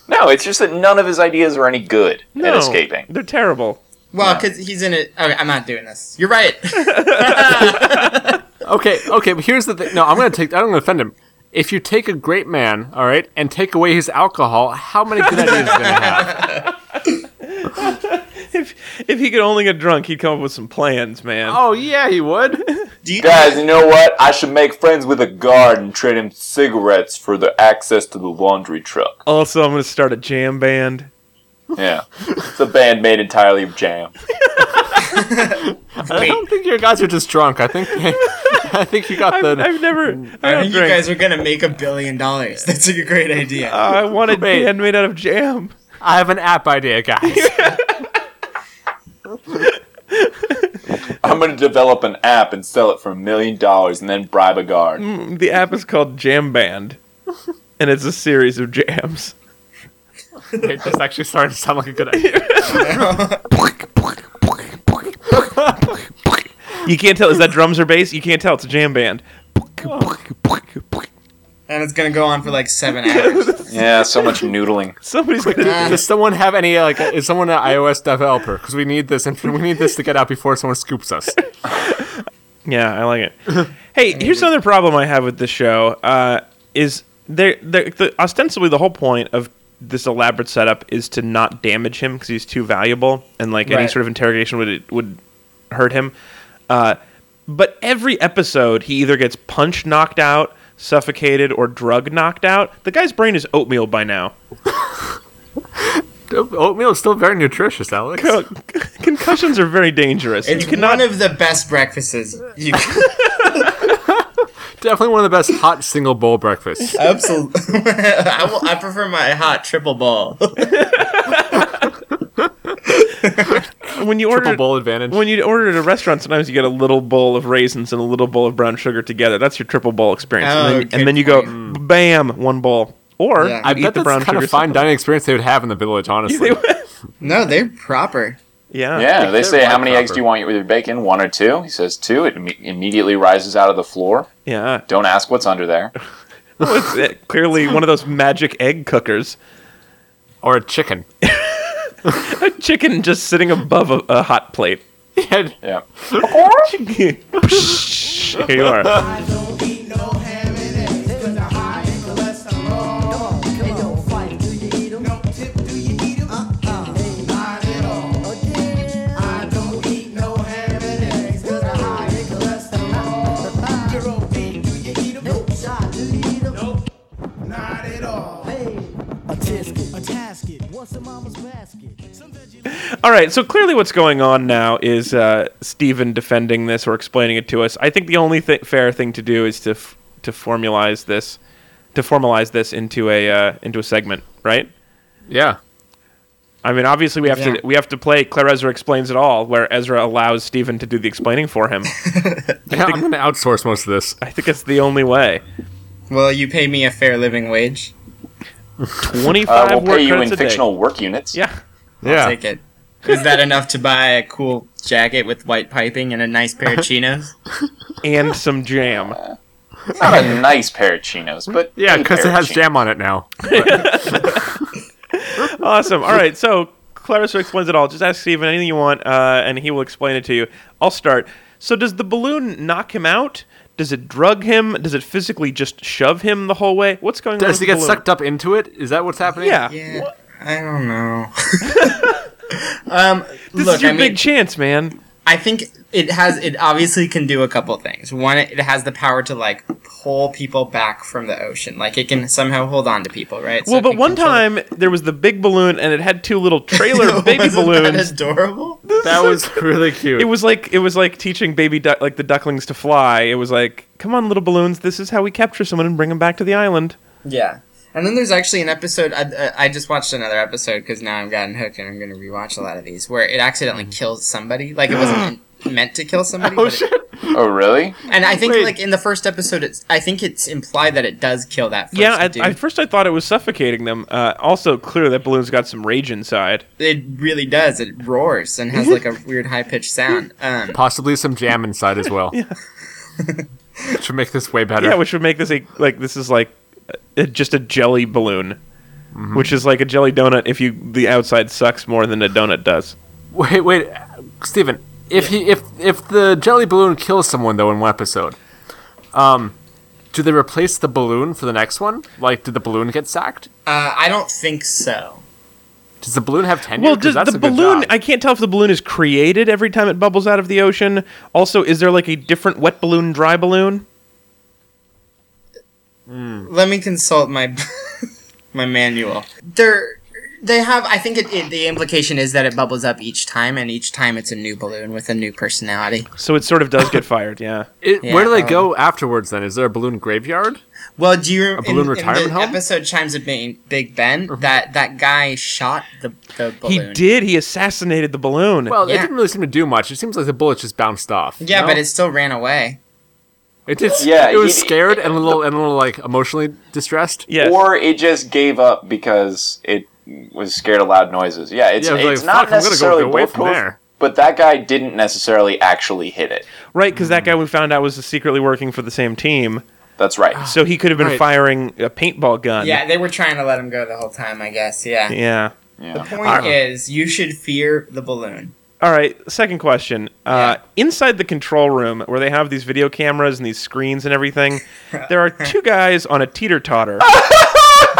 G: no, it's just that none of his ideas are any good at escaping.
A: They're terrible.
F: Well,
G: Yeah.
F: because he's in it. Okay, I'm not doing this. You're right.
E: Okay, okay, but here's the thing. No, I'm gonna take. I'm gonna offend him. If you take a great man, all right, and take away his alcohol, how many good ideas is he gonna have?
A: If if he could only get drunk, he'd come up with some plans, man.
E: Oh yeah, he would.
F: Do you
G: Guys, you know what? I should make friends with a guard and trade him cigarettes for the access to the laundry truck.
A: Also, I'm going to start a jam band.
G: Yeah. it's a band made entirely of jam.
E: I don't think your guys are just drunk. I think. I think you got
A: I've,
E: the.
A: I've never. I
F: I
A: don't
F: think you
A: drink.
F: guys are gonna make a billion dollars. That's a great idea.
A: I want a
E: Wait.
A: band made out of jam.
E: I have an app idea, guys.
G: I'm going to develop an app and sell it for a million dollars and then bribe a guard.
F: Mm.
A: The app is called Jam Band, and it's a series of jams.
E: Wait, that's actually starting to sound like a good idea.
A: Uh, You can't tell. Is that drums or bass? You can't tell. It's a jam band.
F: And it's gonna go on for like seven hours.
G: Yeah, so much noodling.
A: Somebody's going to.
E: Does someone have any like? Is someone an iOS developer? Because we need this. Inf- we need this to get out before someone scoops us.
A: Yeah, I like it. hey, here's another problem I have with this show. Uh, is there, there the, ostensibly the whole point of this elaborate setup is to not damage him because he's too valuable, and like any
F: Right.
A: sort of interrogation would would hurt him. Uh, but every episode, he either gets punch knocked out, suffocated, or drug knocked out. The guy's brain is oatmeal by now.
E: Oatmeal is still very nutritious, Alex.
A: Co- Concussions are very dangerous.
F: It's
A: you cannot.
F: one of the best breakfasts. You
E: Definitely one of the best hot single bowl breakfasts.
F: absolutely. I, will- I prefer my hot triple bowl.
A: when you order
E: Triple bowl advantage.
A: When you order at a restaurant, sometimes you get a little bowl of raisins and a little bowl of brown sugar together. That's your triple bowl experience.
F: Oh,
A: and, then,
F: good
A: and then you go, bam, one bowl. Or
F: Yeah.
E: I
A: you
E: bet
A: eat the
E: that's
A: brown
E: kind
A: sugar.
E: of fine
A: separate.
E: dining experience they would have in the village, honestly.
F: no, they're proper.
A: yeah.
G: Yeah, they
E: they're
G: say,
E: like
G: How many eggs
E: proper.
G: do you want with your bacon? One or two? He says, Two. It imme- immediately rises out of the floor.
A: Yeah.
G: Don't ask what's under there.
A: Well, it's uh, clearly one of those magic egg cookers.
E: or a chicken.
A: A chicken just sitting above a, a hot plate.
E: Yeah,
G: Yeah.
A: Here you are.
I: Hey, yo, fight, do you eat 'em? No tip, do you eat 'em? a casket. What's in mama's basket? Some veggie
A: All right, so clearly what's going on now is uh, Stephen defending this or explaining it to us. I think the only th- fair thing to do is to f- to formalize this, to formalize this into a uh, into a segment, right?
E: Yeah.
A: I mean, obviously we have
F: Yeah.
A: to we have to play Claire Ezra explains it all, where Ezra allows Stephen to do the explaining for him.
E: yeah I'm going to outsource most of this.
A: I think it's the only way.
G: Uh,
F: Will you pay me a fair living wage?
A: Twenty
G: Uh,
A: five
G: we'll
A: work
G: pay you
A: credits
G: in
A: a day.
G: fictional work units.
A: Yeah,
E: Yeah.
F: Take it. Is that enough to buy a cool jacket with white piping and a nice pair of chinos?
A: and some jam.
G: Not a nice pair of chinos, but
E: Yeah,
G: a
E: because it
G: pair of
E: has
G: chinos.
E: jam on it now.
A: Awesome. All right. So Clarissa explains it all. Just ask Steven anything you want, uh, and he will explain it to you. I'll start. So does the balloon knock him out? Does it drug him? Does it physically just shove him the whole way? What's going on?
E: Does
A: with the
E: he get
A: balloon?
E: sucked up into it? Is that what's happening?
A: Yeah.
F: Yeah, I don't know. um,
A: This
F: look,
A: is your
F: I mean,
A: big chance, man.
F: I think it has. It obviously can do a couple things. One, it has the power to like pull people back from the ocean. Like it can somehow hold on to people, right? So
A: well,
F: it
A: but
F: can
A: one
F: control-
A: time there was the big balloon, and it had two little trailer baby
F: Wasn't that
A: balloons.
F: adorable.
E: That was really cute.
A: it was like it was like teaching baby duck like the ducklings to fly. It was like, come on, little balloons, this is how we capture someone and bring them back to the island.
F: Yeah. And then there's actually an episode. I, I- I just watched another episode because now I've gotten hooked and I'm going to rewatch a lot of these where it accidentally kills somebody. Like it wasn't meant to kill somebody.
E: oh
F: but it-
E: shit!
G: Oh, really?
F: and I think
E: Wait.
F: like in the first episode, it's I think it's implied that it does kill that. First
A: Yeah, at,
F: dude.
A: at first I thought it was suffocating them. Uh, also, clear that balloon's got some rage inside.
F: it really does. It roars and has like a weird high pitched sound. Um,
E: Possibly some jam inside as well. yeah. Should make this way better.
A: Yeah, which would make this a like this is like uh just a jelly balloon,
E: Mm-hmm.
A: which is like a jelly donut if you the outside sucks more than a donut does.
E: Wait, wait, Steven. If he, if if the jelly balloon kills someone though in one episode, um, do they replace the balloon for the next one? Like, did the balloon get sacked?
F: uh, I don't think so.
E: Does the balloon have tenure?
A: Well,
E: 'Cause
A: does
E: that's
A: the
E: a good
A: balloon?
E: job.
A: I can't tell if the balloon is created every time it bubbles out of the ocean. Also, is there like a different wet balloon, dry balloon?
F: Let me consult my my manual. There, they have. I think it, it, the implication is that it bubbles up each time, and each time it's a new balloon with a new personality.
A: So it sort of does get fired. Yeah.
E: It-
F: Yeah,
E: where do they
F: um,
E: go afterwards? Then is there a balloon graveyard?
F: Well, do you a
E: balloon retirement
F: in the
E: home?
F: episode chimes of Big, Big Ben that that guy shot the, the balloon?
A: He did. He assassinated the balloon.
E: Well, it
F: Yeah.
E: didn't really seem to do much. It seems like the bullet just bounced off.
F: Yeah,
E: you know?
F: but it still ran away.
E: it did.
G: Yeah,
E: it was
G: he-
E: scared and a little and a little like emotionally distressed.
A: yes.
G: Or it just gave up because it was scared of loud noises. Yeah, it's,
E: Yeah, it was
G: it's
E: like,
G: not
E: fuck, I'm gonna go
G: necessarily
E: away from
G: bulletproof,
E: there.
G: But that guy didn't necessarily actually hit it.
A: right, because that guy we found out was secretly working for the same team.
G: That's right.
A: So he could have been
E: Right.
A: firing a paintball gun.
F: Yeah, they were trying to let him go the whole time. I guess. Yeah.
A: Uh, Yeah.
F: The
G: Yeah.
F: point is, you should fear the balloon.
A: All right. Second question. Uh,
F: Yeah.
A: Inside the control room, where they have these video cameras and these screens and everything, there are two guys on a teeter totter.
F: Ah!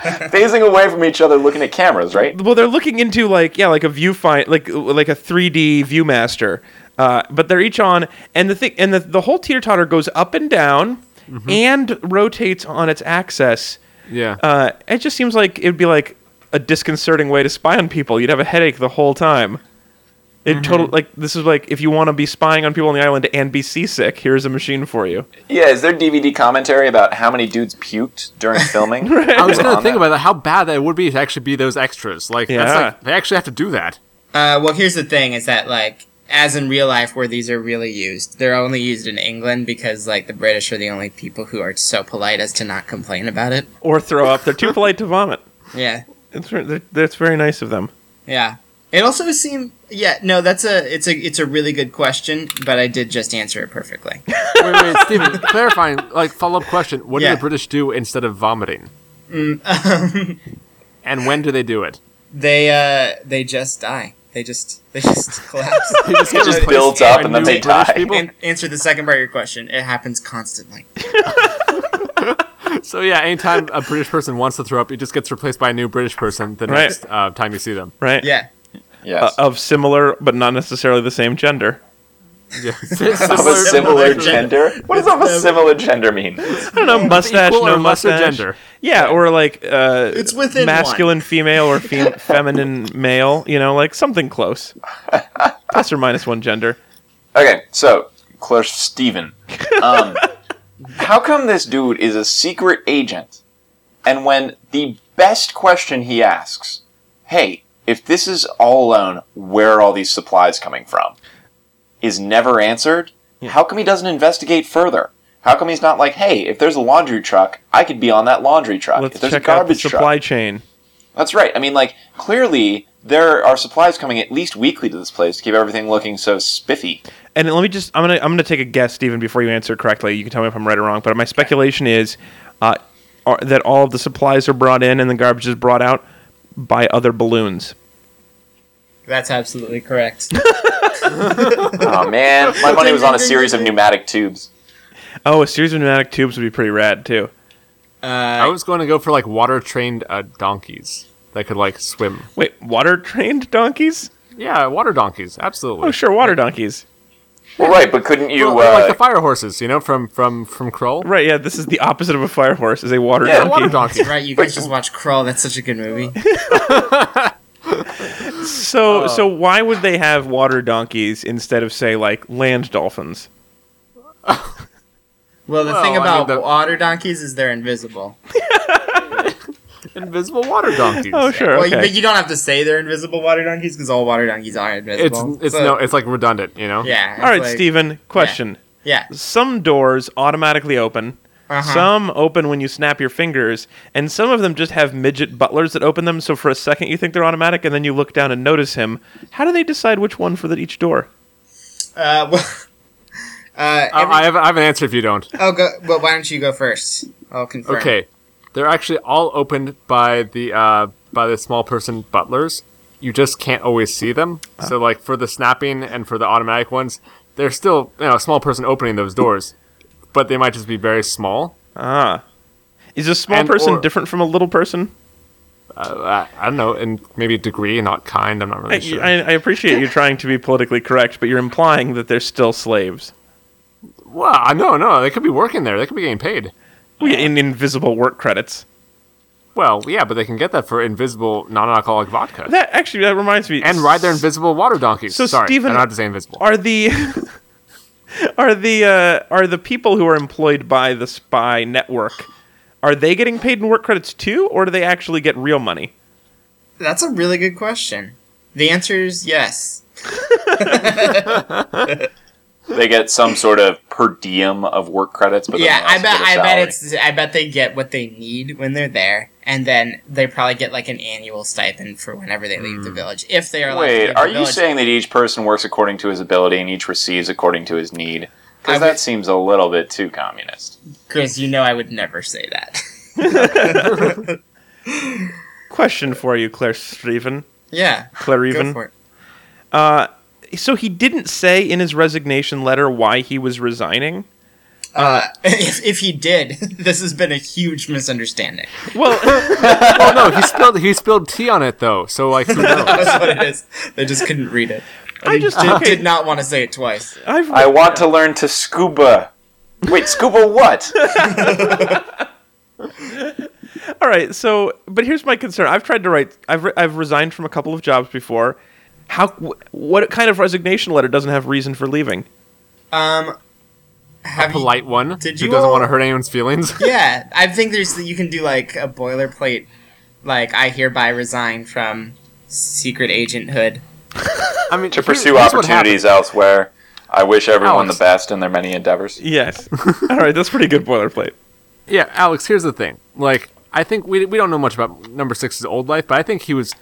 G: Phasing away from each other, looking at cameras, right?
A: well, they're looking into like yeah, like a viewfinder, like like a 3D ViewMaster. Uh, but they're each on, and the thing, and the the whole teeter totter goes up and down,
F: Mm-hmm.
A: and rotates on its axis.
E: Yeah.
A: Uh, it just seems like it'd be like a disconcerting way to spy on people. You'd have a headache the whole time. It
E: Mm-hmm.
A: total like this is like if you want to be spying on people on the island and be seasick, here's a machine for you.
G: Yeah, is there DVD commentary about how many dudes puked during filming?
E: I was gonna
G: On
E: think
G: that.
E: about that. How bad that would be to actually be those extras. Like, that's
A: Yeah.
E: like they actually have to do that.
F: Uh, well, here's the thing: is that like, as in real life, where these are really used, they're only used in England because like the British are the only people who are so polite as to not complain about it.
A: Or throw up. They're too polite to vomit.
F: Yeah,
A: It's ver- they're- that's very nice of them.
F: yeah. It also seemed, yeah, no, that's a, it's a, it's a really good question, but I did just answer it perfectly.
E: Wait, wait, Steven, clarifying, like follow up question. What
F: Yeah.
E: do the British do instead of vomiting?
F: Mm,
E: and when do they do it?
F: um, They, uh, they just die. They just, they just collapse.
G: It just builds up and then they die.
F: An- answer the second part of your question. It happens constantly.
E: So yeah, anytime a British person wants to throw up, it just gets replaced by a new British person the
A: Right.
E: next uh, time you see them.
A: Right?
F: Yeah.
A: Uh,
G: Yes.
A: of similar but not necessarily the same gender.
E: Yeah. similar,
G: Of a similar gender? What does of a similar gender mean?
A: I don't know, mustache,
E: Equal
A: no
E: or lesser
A: mustache.
E: gender.
A: Yeah, or like uh,
F: It's within
A: masculine, female, or fem- feminine, male. You know, like something close, plus or minus one gender.
G: Okay, so Clerk Steven. Um, how come this dude is a secret agent, and when the best question he asks, "Hey, if this is all alone, where are all these supplies coming from?" is never answered. How come he doesn't investigate further? How come he's not like, "Hey, if there's a laundry truck, I could be on that laundry truck.
A: Let's
G: if there's a
A: check out the
G: Uh, garbage truck,
A: supply chain.
G: that's right. I mean, like, clearly there are supplies coming at least weekly to this place to keep everything looking so spiffy.
A: And let me just I'm gonna I'm gonna take a guess, Stephen, before you answer correctly. You can tell me if I'm right or wrong. But my speculation is uh, are, that all of the supplies are brought in and the garbage is brought out by other balloons.
F: That's absolutely correct.
G: Oh man, my money was on a series of pneumatic tubes.
A: Oh, a series of pneumatic tubes would be pretty rad too.
F: Uh,
E: I was going to go for like water trained uh, donkeys that could like swim.
A: Wait, water trained donkeys?
E: Yeah, water donkeys, absolutely.
A: Oh, sure, water donkeys.
G: Well, right, but couldn't you?
E: Well,
G: uh,
E: they're like the fire horses, you know, from from from Kroll.
A: Right, yeah. This is the opposite of a fire horse. Is a water
G: Yeah,
E: A
A: donkey.
E: water donkey.
F: right, you guys just watch Crawl. That's such a good movie.
E: Uh.
A: So, so why would they have water donkeys instead of say like land dolphins?
F: Well, the
E: Well,
F: thing
E: I mean,
F: about
E: the-
F: water donkeys is they're invisible.
E: Invisible water donkeys.
A: Oh, sure.
F: Well, you-
A: okay.
F: but you don't have to say they're invisible water donkeys because all water donkeys are
E: It's
F: invisible.
E: it's
F: So,
E: no it's like redundant, you know.
F: Yeah. it's
A: All right,
F: like-
A: Stephen. Question:
F: Yeah.
A: Some doors automatically open.
F: Uh-huh.
A: Some open when you snap your fingers, and some of them just have midget butlers that open them. So for a second you think they're automatic, and then you look down and notice him. How do they decide which one for the, each door?
F: Uh, well, uh,
E: I,
F: every-
E: I have I have an answer if you don't.
F: oh, go, but why don't you go first? I'll confirm.
E: Okay, they're actually all opened by the uh, by the small person butlers. You just can't always see them.
A: Ah.
E: So like for the snapping and for the automatic ones, they're still you know a small person opening those doors, but they might just be very small.
A: Ah, is a small
E: And
A: person
E: or-
A: different from a little person?
E: Uh, I, I don't know, and maybe degree, not kind. I'm not really
A: I,
E: sure.
A: I, I appreciate you trying to be politically correct, but you're implying that they're still slaves.
E: well, I no no, they could be working there. They could be getting paid.
A: We
E: Uh-huh.
A: in invisible work credits.
E: Well, yeah, but they can get that for invisible non-alcoholic vodka
A: That actually that reminds me.
E: and ride their invisible water donkeys.
A: So,
E: Sorry,
A: Steven-
E: I don't have to say invisible.
A: Are the are the uh, are the people who are employed by the spy network are they getting paid in work credits too, or do they actually get real money?
F: That's a really good question. The answer is yes.
G: they get some sort of per diem of work credits, but then
F: yeah, I
G: they also
F: bet.
G: get a
F: I bet
G: salary.
F: it's. I bet they get what they need when they're there, and then they probably get like an annual stipend for whenever they leave
E: Hmm.
F: the village, if they are. allowed to leave
G: Wait,
F: the
G: are you
F: village.
G: saying that each person works according to his ability and each receives according to his need?
F: I
G: Because
F: would-
G: that seems a little bit too communist.
F: Chris? You know, I would never say that.
A: Question for you, Claire Streven.
F: yeah,
A: Claire
F: go for
A: Even. Uh,
F: it.
A: So he didn't say in his resignation letter why he was resigning.
F: Uh, if, if he did, this has been a huge misunderstanding.
A: Well,
E: Oh no, he spilled he spilled tea on it though. So like, who knows?
F: That's what it is. They just couldn't read it.
A: I just
F: Did,
A: okay,
F: did not want to say it twice.
A: I've,
G: I want to learn to scuba. Wait, scuba what?
A: All right, so but here's my concern. I've tried to write. I've re- I've resigned from a couple of jobs before. How wh- what kind of resignation letter doesn't have reason for leaving?
F: Um,
E: a
F: have you-
E: polite one
F: did
E: who
F: you
E: doesn't
F: all-
E: want to hurt anyone's feelings.
F: yeah, I think there's you can do like a boilerplate, like I hereby resign from secret agenthood.
E: I mean,
G: to
E: here-
G: pursue
E: here's what
G: opportunities elsewhere. I wish everyone
E: Alex.
G: the best in their many endeavors.
A: Yes. All right, that's pretty good boilerplate.
E: happened. Yeah, Alex. Here's the thing. Like, I think we we don't know much about Number Six's old life, but I think he was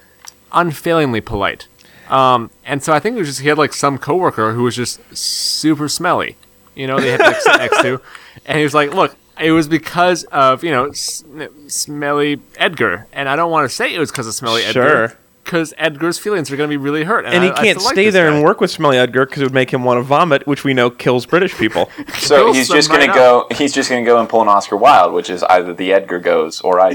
E: unfailingly polite. Um, and so I think it was just he had like some coworker who was just super smelly. You know, they had to like, sit next to, and he was like, "Look, it was because of you know s- smelly Edgar, and I don't want to say it was because of smelly
A: Sure.
E: Edgar." Because Edgar's feelings are going to be really hurt,
A: And he
E: I- I
A: can't
E: still like
A: stay
E: this
A: there
E: guy.
A: and work with Smelly Edgar because it would make him want to vomit, which we know kills British people.
G: So
E: Build
G: he's
E: some
G: just gonna
E: right
G: go. He's just gonna go and pull an Oscar Wilde, which is either the Edgar goes or I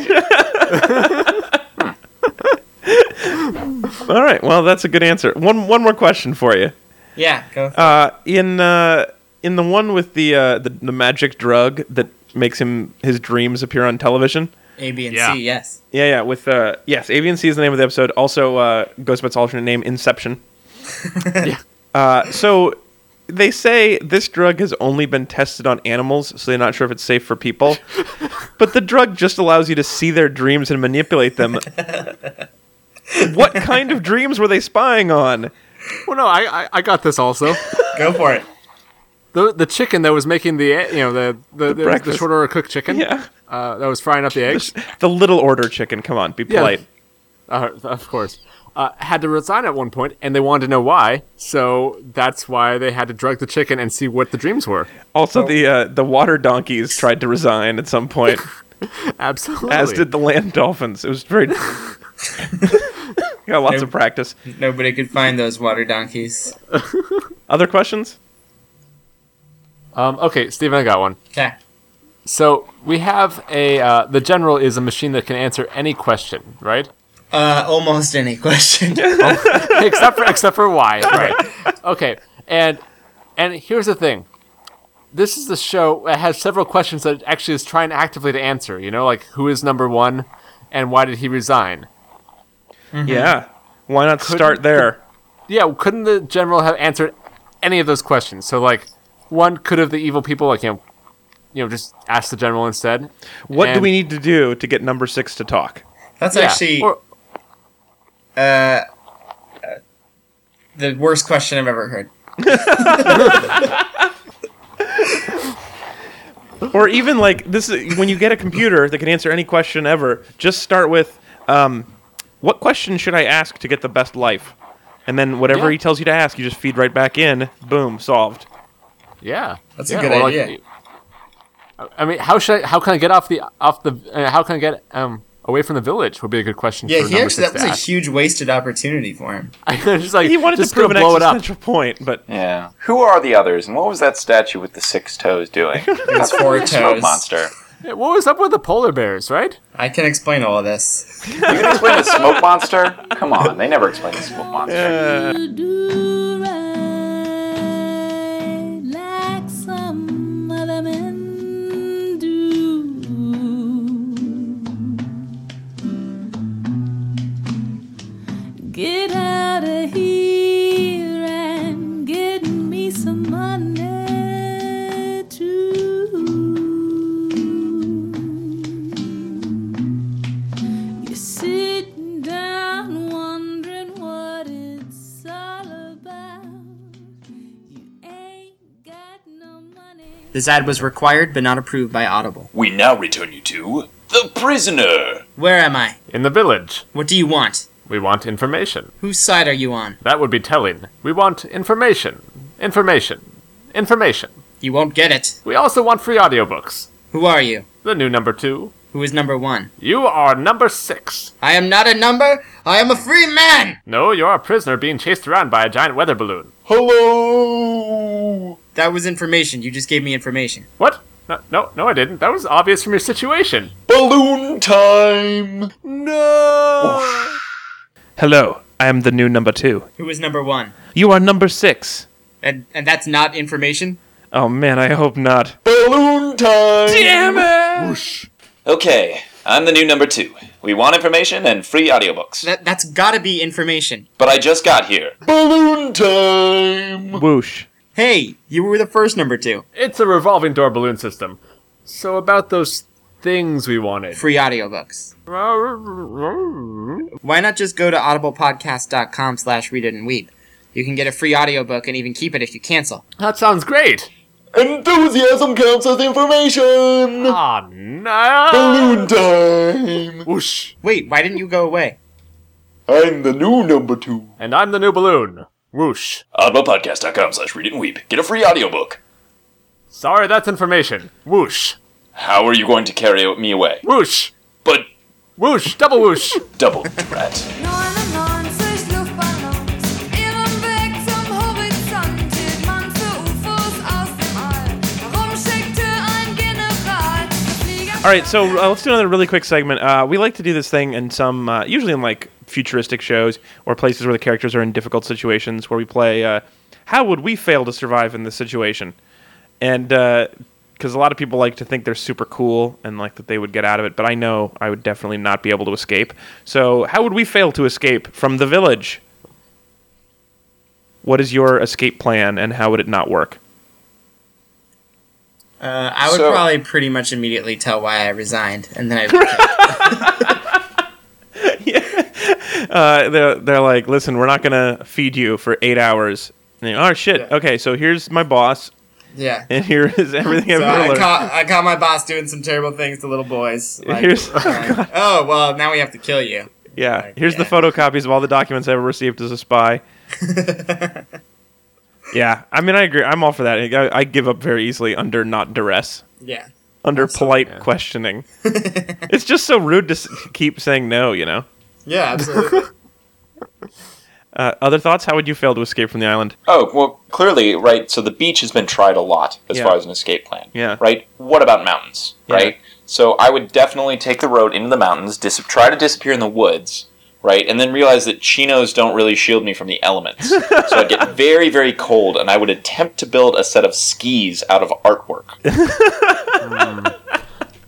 G: do.
A: All right, well, that's a good answer. One one more question for you.
F: Yeah, go.
A: Uh, in uh, in the one with the, uh, the the magic drug that makes him his dreams appear on television.
F: A, B, and
E: yeah.
F: C. Yes.
A: Yeah, yeah. With uh, yes, Avian Sea is the name of the episode. Also, uh, Ghostbusters alternate name Inception. Uh, so they say this drug has only been tested on animals, so they're not sure if it's safe for people. but the drug just allows you to see their dreams and manipulate them. what kind of dreams were they spying on?
E: Well, no, I I, I got this also.
F: Go for it.
E: The, the chicken that was making the e- you know the the, the, the,
A: breakfast.
E: short order cooked chicken
A: Yeah,
E: uh, that was frying up the eggs.
A: the little order chicken. Come on, be
E: Yeah.
A: polite.
E: Uh, of course. Uh, had to resign at one point, and they wanted to know why. So that's why they had to drug the chicken and see what the dreams were.
A: Also, the uh, the water donkeys tried to resign at some point,
E: Absolutely.
A: as did the land dolphins. It was very got lots of practice.
F: Nobody could find those water donkeys.
A: Other questions?
E: um, okay, Steven, I got one.
F: Okay.
E: So we have a uh, the general is a machine that can answer any question, right?
F: Uh, almost any question.
E: except for except for why, right? Okay, and and here's the thing. This is the show that has several questions that it actually is trying actively to answer. You know, like who is number one, and why did he resign? Mm-hmm.
A: Yeah. Why not start there?
E: yeah, couldn't the general have answered any of those questions? So like, one could have the evil people like you know, you know, just ask the general instead.
A: What do
E: And-
A: we need to do to get number six to talk?
F: That's
E: Yeah,
F: actually uh,
E: or-
F: the worst question I've ever heard.
A: Or even like this is when you get a computer that can answer any question ever, just start with um, what question should I ask to get the best life? And then whatever
E: Yeah.
A: he tells you to ask, you just feed right back in. Boom, solved.
E: yeah,
F: That's a
E: yeah,
F: good
E: or,
F: idea.
E: I- I mean, how should I, how can I get off the off the uh, how can I get um away from the village would be a good question.
F: Yeah,
E: for
F: he
E: number
F: actually,
E: six
F: that was
E: to
F: a
E: ask.
F: huge wasted opportunity for him.
E: just like
A: He wanted
E: just
A: to prove an
E: gonna blow it up.
A: existential point, but
G: Yeah. Who are the others, and what was that statue with the six toes doing? That's
F: four
G: smoke
F: toes.
G: monster.
E: Yeah, What was up with the polar bears, right?
F: I can explain all of this.
G: You can explain the smoke monster? Come on, they never explain the smoke monster.
A: uh,
I: do right like some other men do. Get out of here and get me some money too. You're sitting down wondering what it's all about. You ain't got no money.
F: This ad was required but not approved by Audible.
G: We now return you to The Prisoner.
F: Where am I?
E: In the village,
F: What do you want?
E: we want information.
F: Whose side are you on?
E: That would be telling. We want information, information, information.
F: You won't get it.
E: We also want free audiobooks.
F: Who are you?
E: The new number two.
F: Who is number one?
E: You are number six.
F: I am not a number. I am a free man.
E: No, you're a prisoner being chased around by a giant weather balloon.
G: Hello.
F: That was information. You just gave me information.
E: What? No, no, no, I didn't. That was obvious from your situation.
G: Balloon time.
A: hello, I am the new number two.
F: Who is number one?
A: You are number six.
F: And and that's not information.
A: Oh man, I hope not.
G: Balloon time.
A: Damn it!
G: Okay, I'm the new number two. We want information and free audiobooks.
F: That that's gotta be information.
G: But I just got here. Balloon time.
A: Whoosh.
F: Hey, you were the first number two.
E: It's a revolving door balloon system. So about those things we wanted.
F: Free audiobooks. Why not just go to audiblepodcast.com slash read it and weep? You can get a free audiobook and even keep it if you cancel.
E: That sounds great.
G: Enthusiasm counts as information.
E: Ah, no.
G: Balloon time.
E: Whoosh.
F: Wait, why didn't you go away?
G: I'm the new number two.
E: And I'm the new balloon. Whoosh.
G: Audiblepodcast.com slash read it and weep. Get a free audiobook.
E: Sorry, that's information. Whoosh.
G: How are you going to carry me away?
E: Whoosh.
G: But
E: Whoosh. Double whoosh.
G: double threat.
A: All right, so uh, let's do another really quick segment. Uh, we like to do this thing in some, uh, usually in like futuristic shows or places where the characters are in difficult situations, where we play uh, how would we fail to survive in this situation? And because a lot of people like to think they're super cool and like that they would get out of it, but I know I would definitely not be able to escape. So, how would we fail to escape from the village? What is your escape plan, and how would it not work?
F: Uh, I would
G: So-
F: probably pretty much immediately tell why I resigned, and then I
A: uh, they're, they're like, listen, we're not going to feed you for eight hours. And you, oh, shit.
F: Yeah.
A: Okay, so here's my boss,
F: yeah.
A: and here is everything
F: So
A: I've
F: I
A: learned.
F: caught, I caught my boss doing some terrible things to little boys. Like,
A: Here's-
F: like, oh well, now we have to kill you.
A: yeah,
F: like,
A: here's the
F: yeah.
A: photocopies of all the documents I ever received as a spy. yeah, I mean, I agree. I'm all for that. I, I give up very easily under not duress,
F: yeah.
A: under polite
C: yeah.
A: questioning. it's just so rude to s- keep saying no, you know?
F: Yeah, absolutely.
A: Uh, other thoughts? How would you fail to escape from the island?
G: Oh, well, clearly, right? So the beach has been tried a lot as
A: Yeah.
G: far as an escape plan.
A: Yeah.
G: Right? What about mountains?
A: Yeah.
G: Right? So I would definitely take the road into the mountains, dis- try to disappear in the woods, right? And then realize that chinos don't really shield me from the elements. so I'd get very, very cold, and I would attempt to build a set of skis out of artwork.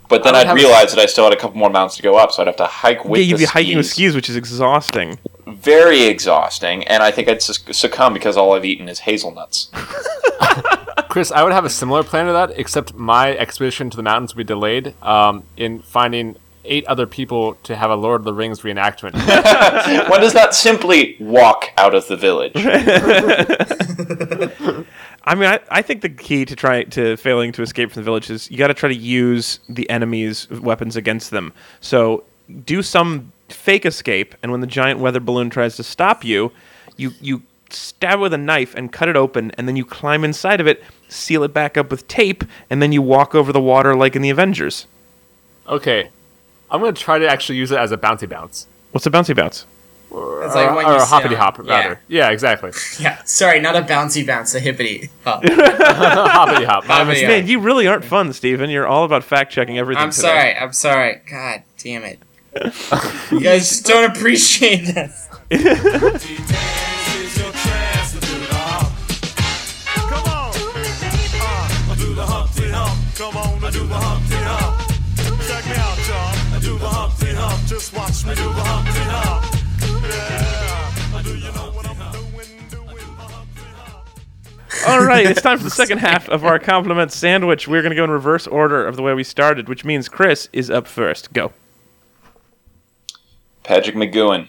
G: But then
E: Hmm. I would
G: I'd
E: have a-
G: realize that I still had a couple more mountains to go up, so I'd have to hike with
A: yeah, you'd
G: the
A: be hiking with
G: skis
A: skis, which is exhausting.
G: very exhausting, and I think I'd succ- succumb because all I've eaten is hazelnuts.
E: Chris, I would have a similar plan to that, except my expedition to the mountains would be delayed um, in finding eight other people to have a Lord of the Rings reenactment.
G: One does not simply walk out of the village.
A: I mean, I, I think the key to try to failing to escape from the village is you got to try to use the enemy's weapons against them. So do some fake escape, and when the giant weather balloon tries to stop you, you you stab it with a knife and cut it open, and then you climb inside of it, seal it back up with tape, and then you walk over the water like in the Avengers.
E: okay, I'm going to try to actually use it as a bouncy bounce.
A: What's a bouncy bounce?
F: It's like
E: or
F: when
E: or
F: you
E: a
F: sit
E: hoppity
F: on-
E: hop, rather. Yeah, exactly.
F: Yeah. yeah. Sorry, not a bouncy bounce, a hippity. hop.
E: hoppity hop. My
F: Hoppity
E: mistake.
A: Man, you really aren't fun, Steven. You're all about fact checking everything.
F: I'm
A: today.
F: sorry. I'm sorry. God damn it. you guys just don't appreciate this.
A: uh,
D: Just watch me do the Humpty Hump. Yeah. Do you know what I'm doing? Doing the Humpty Hump.
A: All right, it's time for the second half of our compliment sandwich. We're going to go in reverse order of the way we started, which means Chris is up first. Go.
G: Patrick McGowan,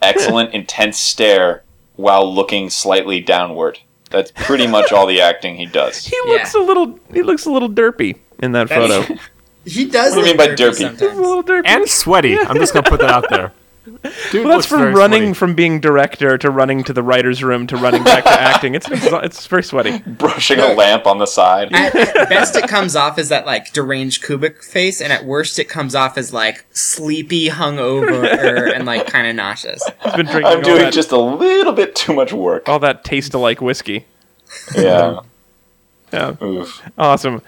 G: excellent intense stare while looking slightly downward. That's pretty much all the acting he does.
A: He looks a little he looks a little derpy in that
F: That's-
A: photo.
F: He does.
G: What do you
F: look
G: mean by derpy?
A: He's a
F: sometimes.
A: little derpy.
E: and sweaty. I'm just going to put that out there. Dude
A: well,
E: looks
A: that's from
E: very
A: running
E: sweaty.
A: from being director to running to the writer's room to running back to acting. It's exa- it's very sweaty.
G: Brushing a lamp on the side.
F: At, at best, it comes off as that like deranged Kubik face, and at worst, it comes off as like sleepy, hungover, and like kind of nauseous.
A: He's been drinking
G: I'm
A: all,
G: doing
A: that,
G: just a little bit too much work.
A: all that taste alike whiskey.
G: Yeah.
A: Yeah.
G: Oof.
A: Awesome.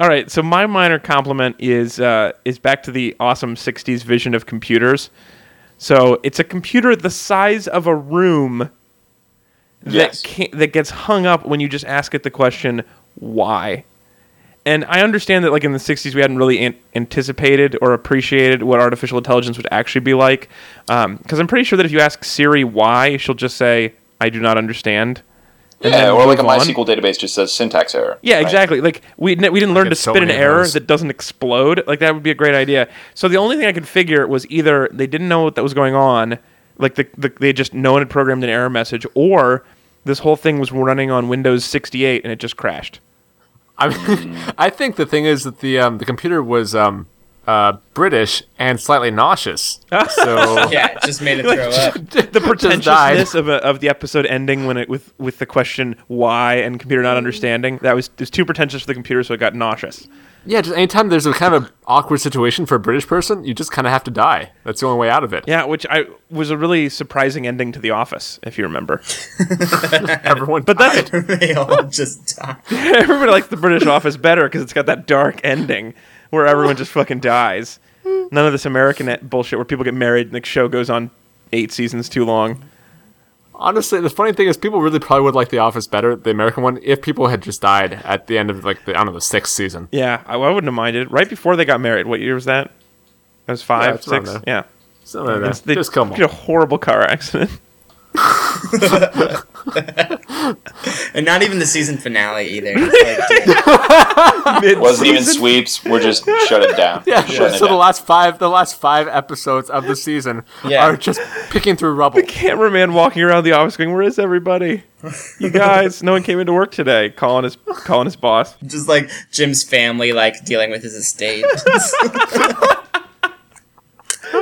A: All right, so my minor compliment is uh, is back to the awesome '60s vision of computers. So it's a computer the size of a room that
G: Yes.
A: can that gets hung up when you just ask it the question why. And I understand that like in the '60s we hadn't really an- anticipated or appreciated what artificial intelligence would actually be like, because I'm pretty sure that if you ask Siri why, she'll just say, "I do not understand." and
G: Yeah,
A: then
G: or like a
A: move on.
G: MySQL database just says syntax error.
A: Yeah,
G: right?
A: exactly. Like we ne- we didn't learn to
E: There's so
A: spit an
E: many of
A: error
E: those.
A: that doesn't explode. Like that would be a great idea. So the only thing I could figure was either they didn't know what that was going on, like the, the they just no one had programmed an error message, or this whole thing was running on Windows 68 and it just crashed.
E: I mean, I think the thing is that the um, the computer was um, uh, British and slightly nauseous. So
F: Yeah, it just made it throw up.
A: The
E: Just died.
A: pretentiousness of, a, of the episode ending when it with with the question why and computer not understanding that was it was too pretentious for the computer, so it got nauseous.
E: Yeah, just anytime there's a kind of a awkward situation for a British person, you just kind of have to die. That's the only way out of it.
A: Yeah, which I was a really surprising ending to The Office, if you remember.
E: Everyone,
A: But that's
F: they all just die.
A: Everybody likes the British Office better because it's got that dark ending where everyone just fucking dies. None of this American e- bullshit where people get married and the show goes on eight seasons too long.
E: Honestly, the funny thing is, people really probably would like The Office better, the American one, if people had just died at the end of like the I don't know the sixth season.
A: Yeah, I, I wouldn't have minded. Right before they got married, what year was that? That was
E: Yeah,
A: five,
E: it's around
A: six.
E: there.
A: Yeah,
E: So no, no, no,
A: It's- they
E: just come
A: get a
E: on.
A: horrible car accident.
F: and not even the season finale either. It's like, dude,
G: Wasn't even sweeps. We're just shut it down.
E: Yeah,
G: Shutting it
E: so the
G: down.
E: last five, the last five episodes of the season
F: Yeah.
E: are just picking through rubble.
A: the cameraman walking around the office going, "Where is everybody? You guys, no one came into work today." Calling his calling his boss.
F: just like Jim's family, like dealing with his estate.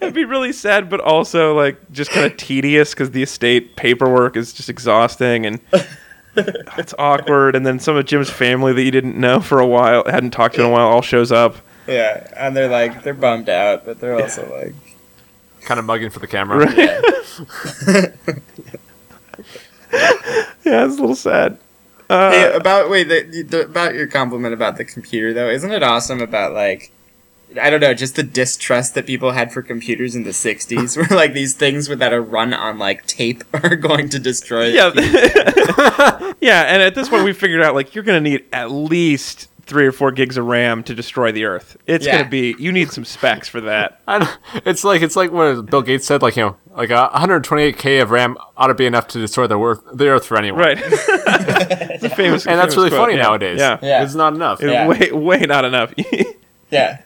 A: It'd be really sad, but also like just kind of tedious because the estate paperwork is just exhausting and. It's awkward, and then some of Jim's family that you didn't know for a while, hadn't talked to in a while, all shows up.
F: yeah, and they're like they're bummed out, but they're also like
E: kind of mugging for the camera.
A: Right? Yeah. it's a little sad. Uh,
F: Hey, about wait the, the, about your compliment about the computer though. Isn't it awesome about like I don't know, just the distrust that people had for computers in the '60s, where like these things with- that are run on like tape are going to destroy.
A: yeah, yeah. And at this point, we figured out like you're going to need at least three or four gigs of RAM to destroy the Earth. It's
F: Yeah.
A: going to be you need some specs for that.
E: I don't- it's like it's like what Bill Gates said, like you know, like uh, 128k of RAM ought to be enough to destroy the earth, the earth for anyone.
A: Right. it's a famous.
E: and that's
A: famous
E: really
A: quote,
E: funny
A: yeah.
E: nowadays.
A: Yeah.
F: Yeah.
E: it's not enough.
A: It's
F: Yeah.
A: Way, way not enough.
F: Yeah,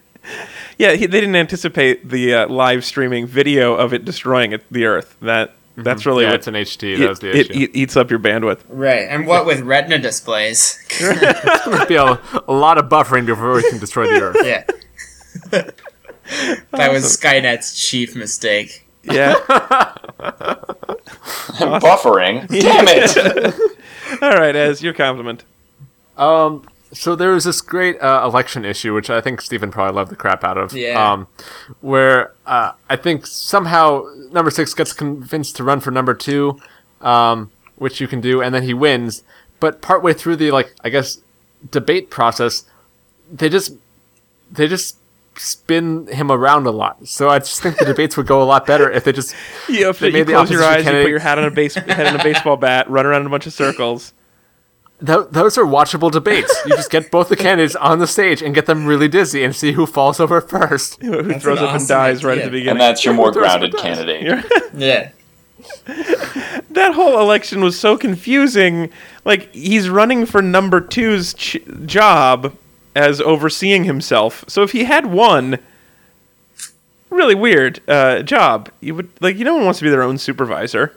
A: yeah, he, they didn't anticipate the uh, live streaming video of it destroying it, the Earth. That that's really
E: Mm-hmm. yeah,
A: what
E: it's an HT.
A: it,
E: that was the
A: it,
E: issue. It,
A: it eats up your bandwidth.
F: right. And what with Retina displays?
E: be a, a lot of buffering before we can destroy the earth.
F: yeah, that was Skynet's chief mistake.
A: Yeah.
G: buffering. Damn it!
A: All right, as your compliment.
E: Um, so there was this great uh, election issue, which I think Stephen probably loved the crap out of.
F: Yeah.
E: Um, where uh, I think somehow number six gets convinced to run for number two, um, which you can do, and then he wins. But partway through the like, I guess, debate process, they just they just spin him around a lot. So I just think the debates would go a lot better if they just
A: You, have to,
E: They
A: you
E: made the
A: close your eyes,
E: opposition
A: you put your
E: candidates-
A: hat on a base, head in a baseball bat, run around in a bunch of circles.
E: Tho- those are watchable debates. You just get both the candidates on the stage and get them really dizzy and see who falls over first.
A: who throws
F: an
A: up and
F: awesome
A: dies right at
F: idea.
A: the beginning.
G: And that's your more
E: Throws
G: grounded
E: it down.
G: candidate.
F: Yeah,
A: that whole election was so confusing. Like he's running for number two's ch- job as overseeing himself. So if he had one really weird uh, job, you would like you know one wants to be their own supervisor.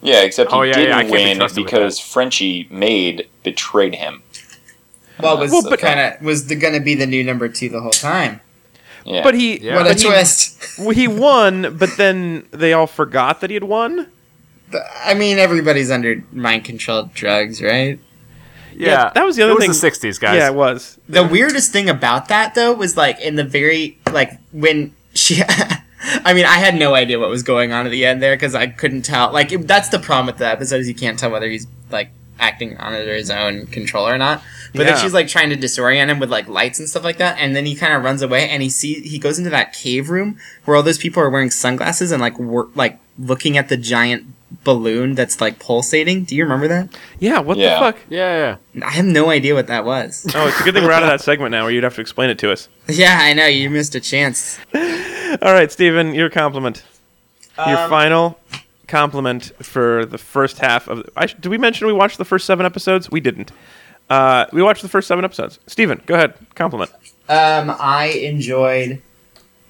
G: Yeah, except he
E: Oh, yeah, yeah, I
G: didn't
E: can't be
G: win
E: trusted with
G: because Frenchie made betrayed him.
F: well, was
A: Well, but-
F: kind of was the, gonna be the new number two the whole time.
G: Yeah.
A: But he
E: Yeah.
F: What a
A: but he-
F: twist!
A: he won, but then they all forgot that he had won.
F: I mean, everybody's under mind controlled drugs, right?
E: Yeah,
A: that was the other
E: it was
A: thing.
E: the '60s, guys.
A: Yeah, it was.
F: The weirdest thing about that though was like in the very like when she I mean, I had no idea what was going on at the end there because I couldn't tell. Like it, that's the problem with the episode is you can't tell whether he's like acting on under his own control or not. But
A: Yeah.
F: then she's like trying to disorient him with like lights and stuff like that, and then he kind of runs away and he see he goes into that cave room where all those people are wearing sunglasses and like wor- like looking at the giant balloon that's like pulsating. Do you remember that?
A: Yeah, what
G: Yeah.
A: the fuck?
E: yeah,
F: I have no idea what that was.
A: Oh, it's a good thing we're out of that segment now, where you'd have to explain it to us.
F: yeah, I know you missed a chance.
A: All right, Stephen, your compliment. your
F: Um,
A: final compliment for the first half of. I, sh- did we mention we watched the first seven episodes? We didn't. Uh, we watched the first seven episodes. Stephen, go ahead. Compliment.
F: Um, I enjoyed.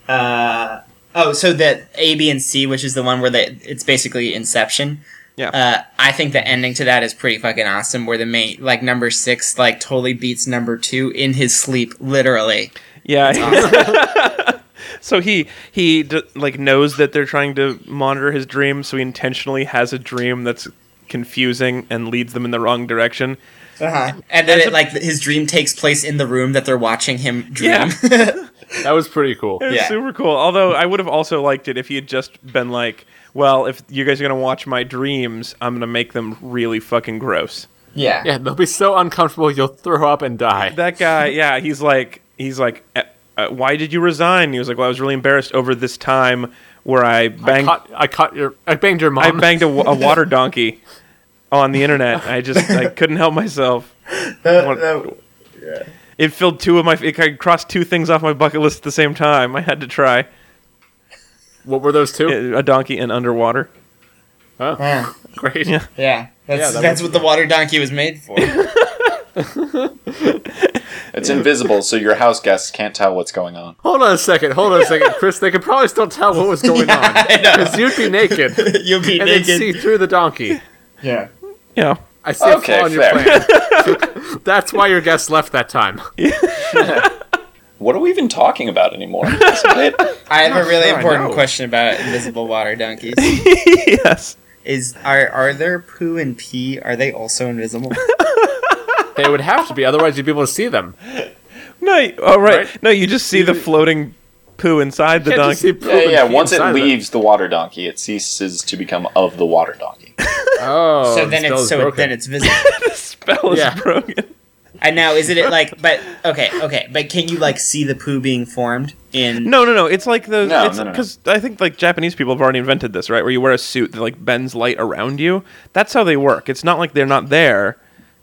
F: Uh, oh, so the A, B, and C, which is the one where they, it's basically Inception.
A: Yeah.
F: Uh, I think the ending to that is pretty fucking awesome. Where the main, like number six, like totally beats number two in his sleep, literally.
A: yeah. so he he d- like knows that they're trying to monitor his dream, so he intentionally has a dream that's confusing and leads them in the wrong direction.
F: And then
A: Uh-huh. That's
F: it,
A: a-
F: like his dream takes place in the room that they're watching him dream.
A: Yeah.
E: yeah. That was pretty cool.
A: It was
F: Yeah.
A: super cool. Although I would have also liked it if he had just been like, "Well, if you guys are gonna watch my dreams, I'm gonna make them really fucking gross."
F: yeah.
E: Yeah, they'll be so uncomfortable you'll throw up and die.
A: That guy, yeah, he's like, he's like, "Eh, uh, why did you resign? And he was like, well, I was really embarrassed over this time where I
E: I
A: banged, I,
E: caught, I caught your. I banged your mom.
A: banged a, wa- a water donkey on the internet. I just I couldn't help myself. What- It filled two of my. It I crossed two things off my bucket list at the same time. I had to try
E: What were those two?
A: a donkey and underwater.
F: yeah,
E: Great.
A: Yeah.
F: yeah. That's,
E: that
F: that's what the water donkey was made for.
G: It's invisible, so your house guests can't tell what's going on.
E: Hold on a second. Hold on a second, Chris. They could probably still tell what was going on
F: I know.
E: because you'd be naked and
F: You'll be
E: they'd
F: naked.
E: see through the donkey.
F: Yeah.
A: Yeah.
E: I see a
G: Okay,
E: flaw in your
G: fair.
E: plan. That's why your guest left that time.
G: What are we even talking about anymore? Is it?
F: I have a really
E: sure, I
F: important
E: know.
F: question about invisible water donkeys.
A: yes.
F: Is are are their poo and pee? Are they also invisible?
E: They would have to be, otherwise you'd be able to see them.
A: No. y- Oh, right.
E: Right?
A: No, you just see the
E: You-
A: floating poo inside the
E: Can't just see
A: donkey.
E: poop
G: yeah,
E: and
G: yeah.
E: pee
G: Once it
E: inside of
G: leaves the water donkey, it ceases to become of the water donkey.
E: Oh,
F: so
E: the
F: then
E: spell
F: it's
E: is
F: so
E: broken.
F: then it's visible.
A: the spell is
E: Yeah.
A: broken.
F: I know. Is it like? But okay, okay. But can you like see the poo being formed in?
A: No, no, no. It's like the
G: No,
A: because
G: no, no, no.
A: I think like Japanese people have already invented this, right? Where you wear a suit that like bends light around you. That's how they work. It's not like they're not there.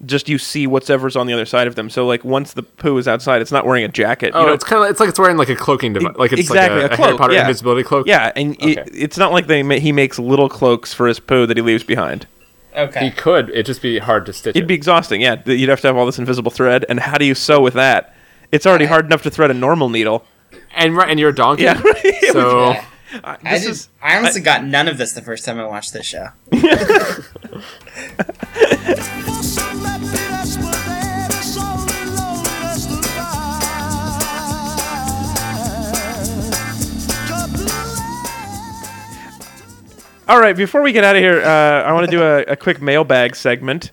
A: Just you see whatever's on the other side of them. So like once the poo is outside, it's not wearing a jacket.
E: Oh,
A: you know?
E: it's kind of it's like it's wearing like a cloaking device, like it's
A: exactly
E: like
A: a
E: a, a Harry
A: cloak,
E: Potter
A: yeah.
E: invisibility cloak.
A: yeah, and it,
E: Okay.
A: it's not like they ma- he makes little cloaks for his poo that he leaves behind.
E: he
F: Okay.
E: could. It'd just be hard to stitch.
A: It'd be exhausting. Yeah, th- you'd have to have all this invisible thread, and how do you sew with that? It's already hard enough to thread a normal needle.
E: it. and right, and you're a donkey.
A: Yeah, right.
E: So
F: Yeah.
A: I-
F: I,
A: this
F: did,
A: is
F: I honestly got none of this the first time I watched this show.
A: all right. Before we get out of here, uh, I want to do a, a quick mailbag segment.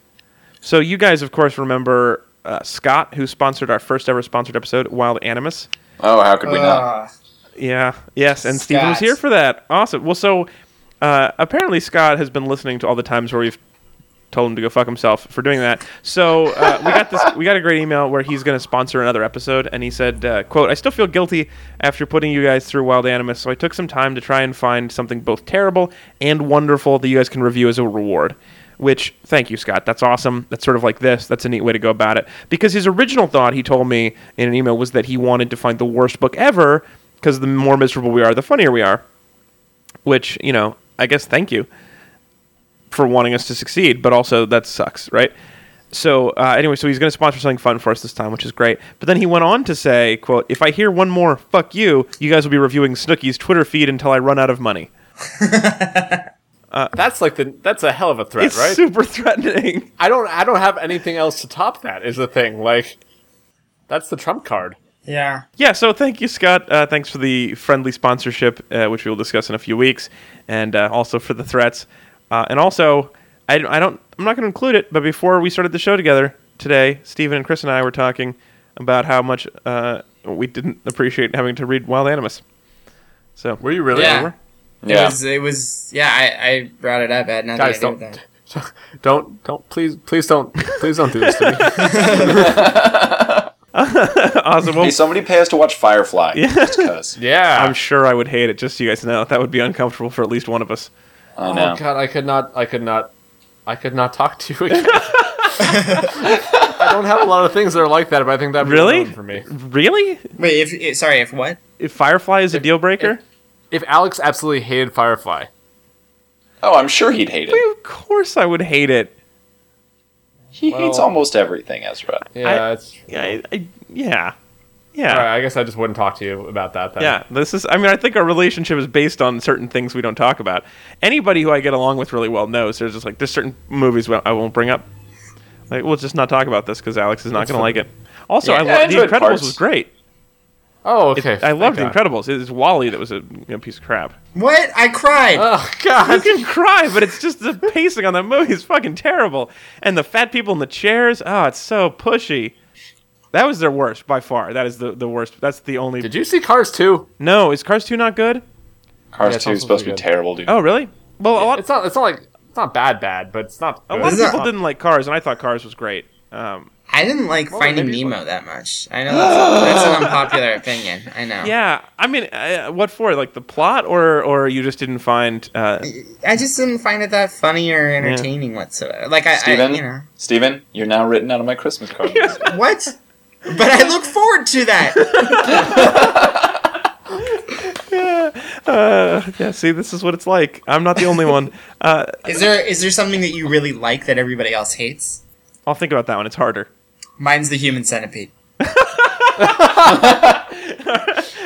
A: So you guys, of course, remember uh, Scott, who sponsored our first ever sponsored episode, Wild Animus.
G: Oh, how could we
E: Uh,
G: not?
F: Ugh.
A: Yeah. Yes, and Steven was
F: Scott.
A: here for that. Awesome. Well, so uh, apparently Scott has been listening to all the times where we've told him to go fuck himself for doing that. So uh, we got this. We got a great email where he's going to sponsor another episode, and he said, uh, "quote I still feel guilty after putting you guys through Wild Animus, so I took some time to try and find something both terrible and wonderful that you guys can review as a reward." Which, thank you, Scott. That's awesome. That's sort of like this. That's a neat way to go about it. Because his original thought, he told me in an email, was that he wanted to find the worst book ever. Because the more miserable we are, the funnier we are which you know i guess thank you for wanting us to succeed but also that sucks right so uh, anyway so he's going to sponsor something fun for us this time which is great but then he went on to say quote if i hear one more fuck you you guys will be reviewing snooky's twitter feed until i run out of money
E: that's like the that's a hell of a threat,
A: it's
E: right?
A: super threatening
E: I don't I don't have anything else to top that. Is the thing like that's the trump card.
F: Yeah.
A: yeah so thank you scott uh, thanks for the friendly sponsorship uh, which we will discuss in a few weeks and uh, also for the threats uh, and also I, I don't i'm not going to include it but before we started the show together today stephen and chris and i were talking about how much uh, we didn't appreciate having to read wild animus so
E: Were you really?
F: Yeah. It
G: Yeah.
F: was. It was yeah. I, I brought it up. I had nothing
E: Guys,
F: to do
E: don't
F: with that.
E: don't don't please please don't please don't do this to me.
A: awesome well,
G: Hey, somebody pay us to watch Firefly. just 'cause.
E: Yeah.
A: i'm sure i would hate it just so you guys know that would be uncomfortable for at least one of us
G: I know.
E: oh god, I could not I could not I could not talk to you again. I don't have a lot of things that are like that, but I think that
A: Really?
E: for me.
A: really
F: Wait. If, if sorry. If what?
A: if firefly is a deal breaker
E: If Alex absolutely hated Firefly,
G: Oh, I'm sure he'd hate it.
A: of course i would hate it
G: He hates
E: Well-
G: almost everything, Ezra.
E: yeah, it's,
A: I, I, yeah yeah
E: all right, I guess I just wouldn't talk to you about that. Then.
A: Yeah, this is. I mean, I think our relationship is based on certain things we don't talk about. Anybody who I get along with really well knows there's just like there's certain movies where I won't bring up. Like we'll just not talk about this because Alex is not going to like it. Also, I
G: Yeah, I
A: love The
G: enjoyed
A: Incredibles
G: parts.
A: was great.
E: Oh,
A: It-
E: okay.
A: I loved The
E: thank God.
A: Incredibles. It was Wally that was a you know, piece of crap.
F: What? I cried.
E: Oh
A: You
E: God.
A: can cry, but it's just the pacing on that movie is fucking terrible. And the fat people in the chairs. Oh, it's so pushy. That was their worst by far. That is the, the worst. That's the only.
E: Did you see Cars 2?
A: No, is Cars two not good?
G: Cars 2
E: Yeah,
G: is
E: Tulsa's
G: supposed to be
E: really good.
G: terrible, dude.
A: Oh, really? Well, a lot.
E: It's not. It's not like. It's not bad, bad, but it's not.
A: A
E: good.
A: lot of
F: Isn't
A: people
F: that-
A: didn't like Cars, and I thought Cars was great. Um,
F: I didn't like
E: Well,
F: Finding
E: Oh, maybe it's
F: Nemo that much. I know that's, that's an unpopular opinion. I know.
A: Yeah, I mean, uh, what for? Like the plot, or or you just didn't find? Uh,
F: I just didn't find it that funny or entertaining whatsoever. Like I, I,
G: Steven,
F: you know,
G: Steven, you're now written out of my Christmas card. list.
F: what? But I look forward to that.
A: uh, yeah. See, this is what it's like. I'm not the only one. Uh,
F: Is there is there something that you really like that everybody else hates?
A: I'll think about that one. It's harder.
F: Mine's the Human Centipede.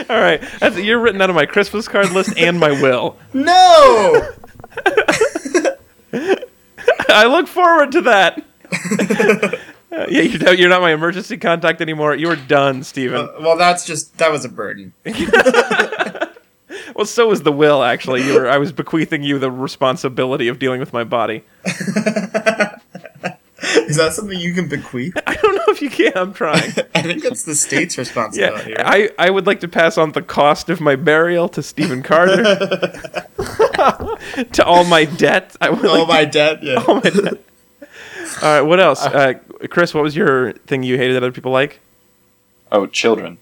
A: All right, That's, you're written out of my Christmas card list and my will.
F: No.
A: I look forward to that. Uh, yeah, you're, not- you're not my emergency contact anymore. You're done, Steven.
F: Uh, well, that's just that was a burden.
A: Well, so was the will. Actually, you were. I was bequeathing you the responsibility of dealing with my body.
F: Is that something you can bequeath?
A: I don't know if you can. I'm trying.
F: I think that's the state's
A: Yeah,
F: responsibility. right?
A: I, I would like to pass on the cost of my burial to Stephen Carter, to all my debt. I would
F: oh
A: like
F: my debt. Yeah.
A: to- all my debt. All right, what else? Uh, Chris, what was your thing you hated that other people like?
G: oh, children.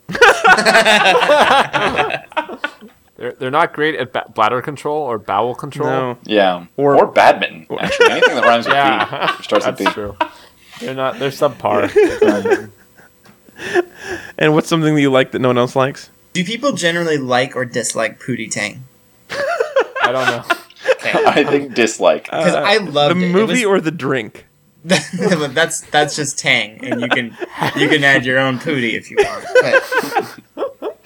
E: They're, they're not great at ba- bladder control or bowel control.
A: No.
G: Yeah.
A: Or-
G: Or, badminton, actually. Anything that rhymes with
E: Yeah.
G: B. Or starts with B.
E: That's true. They're not. They're subpar.
A: And what's something that you like that no one else likes?
F: Do people generally like or dislike Pootie Tang?
E: I don't know.
G: I think dislike.
E: Uh,
F: Because I
A: Uh, The
F: loved it. It
A: movie
F: was-
A: or the drink?
F: that's that's just Tang, and you can you can add your own Pootie if you want. But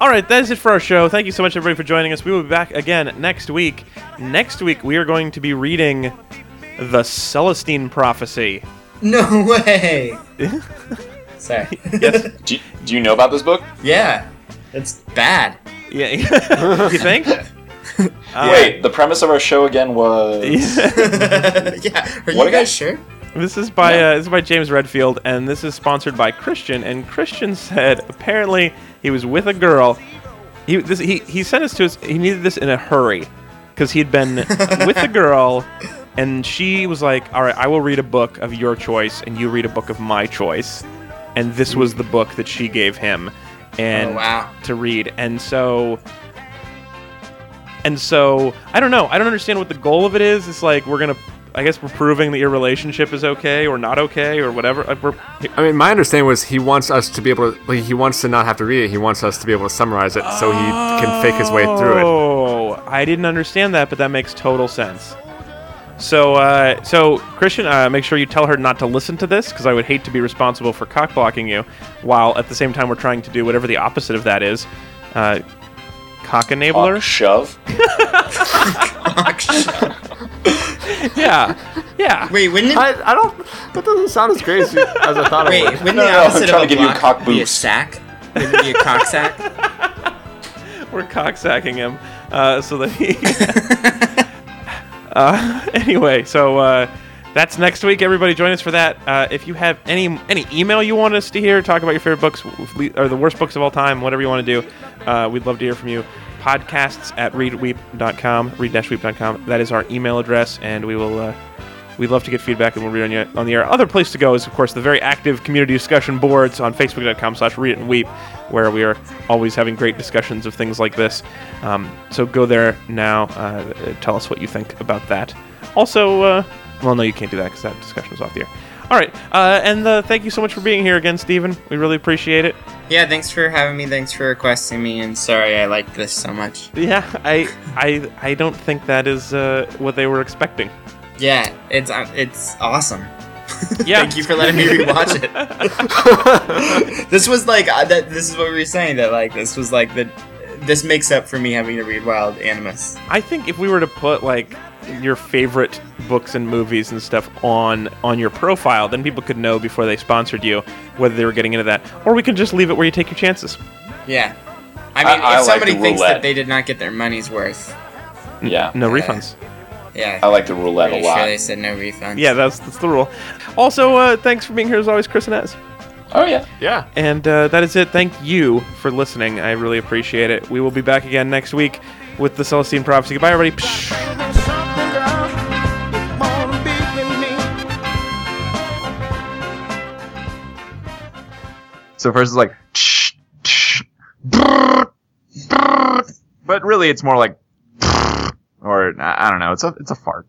A: All right, that is it for our show. Thank you so much, everybody, for joining us. We will be back again next week. Next week, we are going to be reading The Celestine Prophecy.
F: no way. Sorry.
G: Do, do you know about this book?
F: Yeah, it's bad.
A: Yeah. you think? Uh,
E: Uh,
G: Wait, the premise of our show again was.
F: yeah. Are
G: What
F: you guys
G: about-
F: sure?
A: This is by
G: No.
A: uh, this is by James Redfield, and this is sponsored by Christian. And Christian said apparently he was with a girl. He this, he he sent us to us. He needed this in a hurry because he'd been with the girl, and she was like, "All right, I will read a book of your choice, and you read a book of my choice." And this was the book that she gave him, and
F: Oh, wow.
A: to read. And so and so I don't know. I don't understand what the goal of it is. It's like we're gonna. I guess we're proving that your relationship is okay or not okay or whatever. Like we're,
E: I mean, my understanding was he wants us to be able to. Like, he wants to not have to read it. He wants us to be able to summarize it so he can fake his way through it.
A: Oh, I didn't understand that, but that makes total sense. So, uh, so Christian, uh, make sure you tell her not to listen to this because I would hate to be responsible for cock blocking you, while at the same time we're trying to do whatever the opposite of that is, uh, cock
G: Uh,
A: enabler.
G: shove.
A: yeah, yeah.
F: Wait, wouldn't it,
E: I, I don't. That doesn't sound as great as, you- as I thought
F: wait,
E: it would.
F: wouldn't
G: No,
F: the
G: no, I'm
F: opposite
G: trying
F: of
G: to
F: a
G: give you a
F: block
G: cock
F: be a
G: boost.
F: sack? Wouldn't it be a cock sack?
A: We're cocksacking him uh, so that he. uh, anyway, so uh, that's next week. Everybody, join us for that. Uh, if you have any any email you want us to hear, talk about your favorite books or the worst books of all time, whatever you want to do, uh, we'd love to hear from you. Podcasts at readweep.com, read-weep.com. That is our email address, and we will. Uh, We'd love to get feedback, and we'll read on, you, on the air. Other place to go is, of course, the very active community discussion boards on facebook.com slash read it and weep, where we are always having great discussions of things like this. Um, so go there now. Uh, uh, tell us what you think about that. Also, uh, well, no, you can't do that because that discussion was off the air. All right, uh, and uh, thank you so much for being here again, Stephen. We really appreciate it.
F: yeah, thanks for having me. Thanks for requesting me. And sorry, I liked this so much.
A: Yeah, I, I, I don't think that is uh, what they were expecting.
F: Yeah, it's uh, it's awesome.
A: Yeah.
F: Thank you for letting me rewatch it. this was like uh, that. This is what we were saying that like this was like the. This makes up for me having to read Wild Animus.
A: I think if we were to put like your favorite books and movies and stuff on on your profile, then people could know before they sponsored you whether they were getting into that, or we can just leave it where you take your chances.
F: Yeah, I
G: I-
F: mean,
G: I
F: if
G: like
F: somebody
G: the
F: thinks
G: roulette.
F: that they did not get their money's worth,
G: Yeah.
A: No
F: Yeah.
A: refunds.
F: yeah,
G: I like the roulette a
F: pretty sure
G: lot.
F: they said no refunds.
A: Yeah, that's that's the rule. Also, uh, thanks for being here as always, Chris and Az.
J: Oh yeah.
E: Yeah.
A: And uh, that is it. Thank you for listening. I really appreciate it. We will be back again next week with the Celestine Prophecy. Goodbye, everybody. Psh.
G: So first it's like, tsh, tsh, brr, brr. but really it's more like, brr, or I I don't know. It's a it's a fart.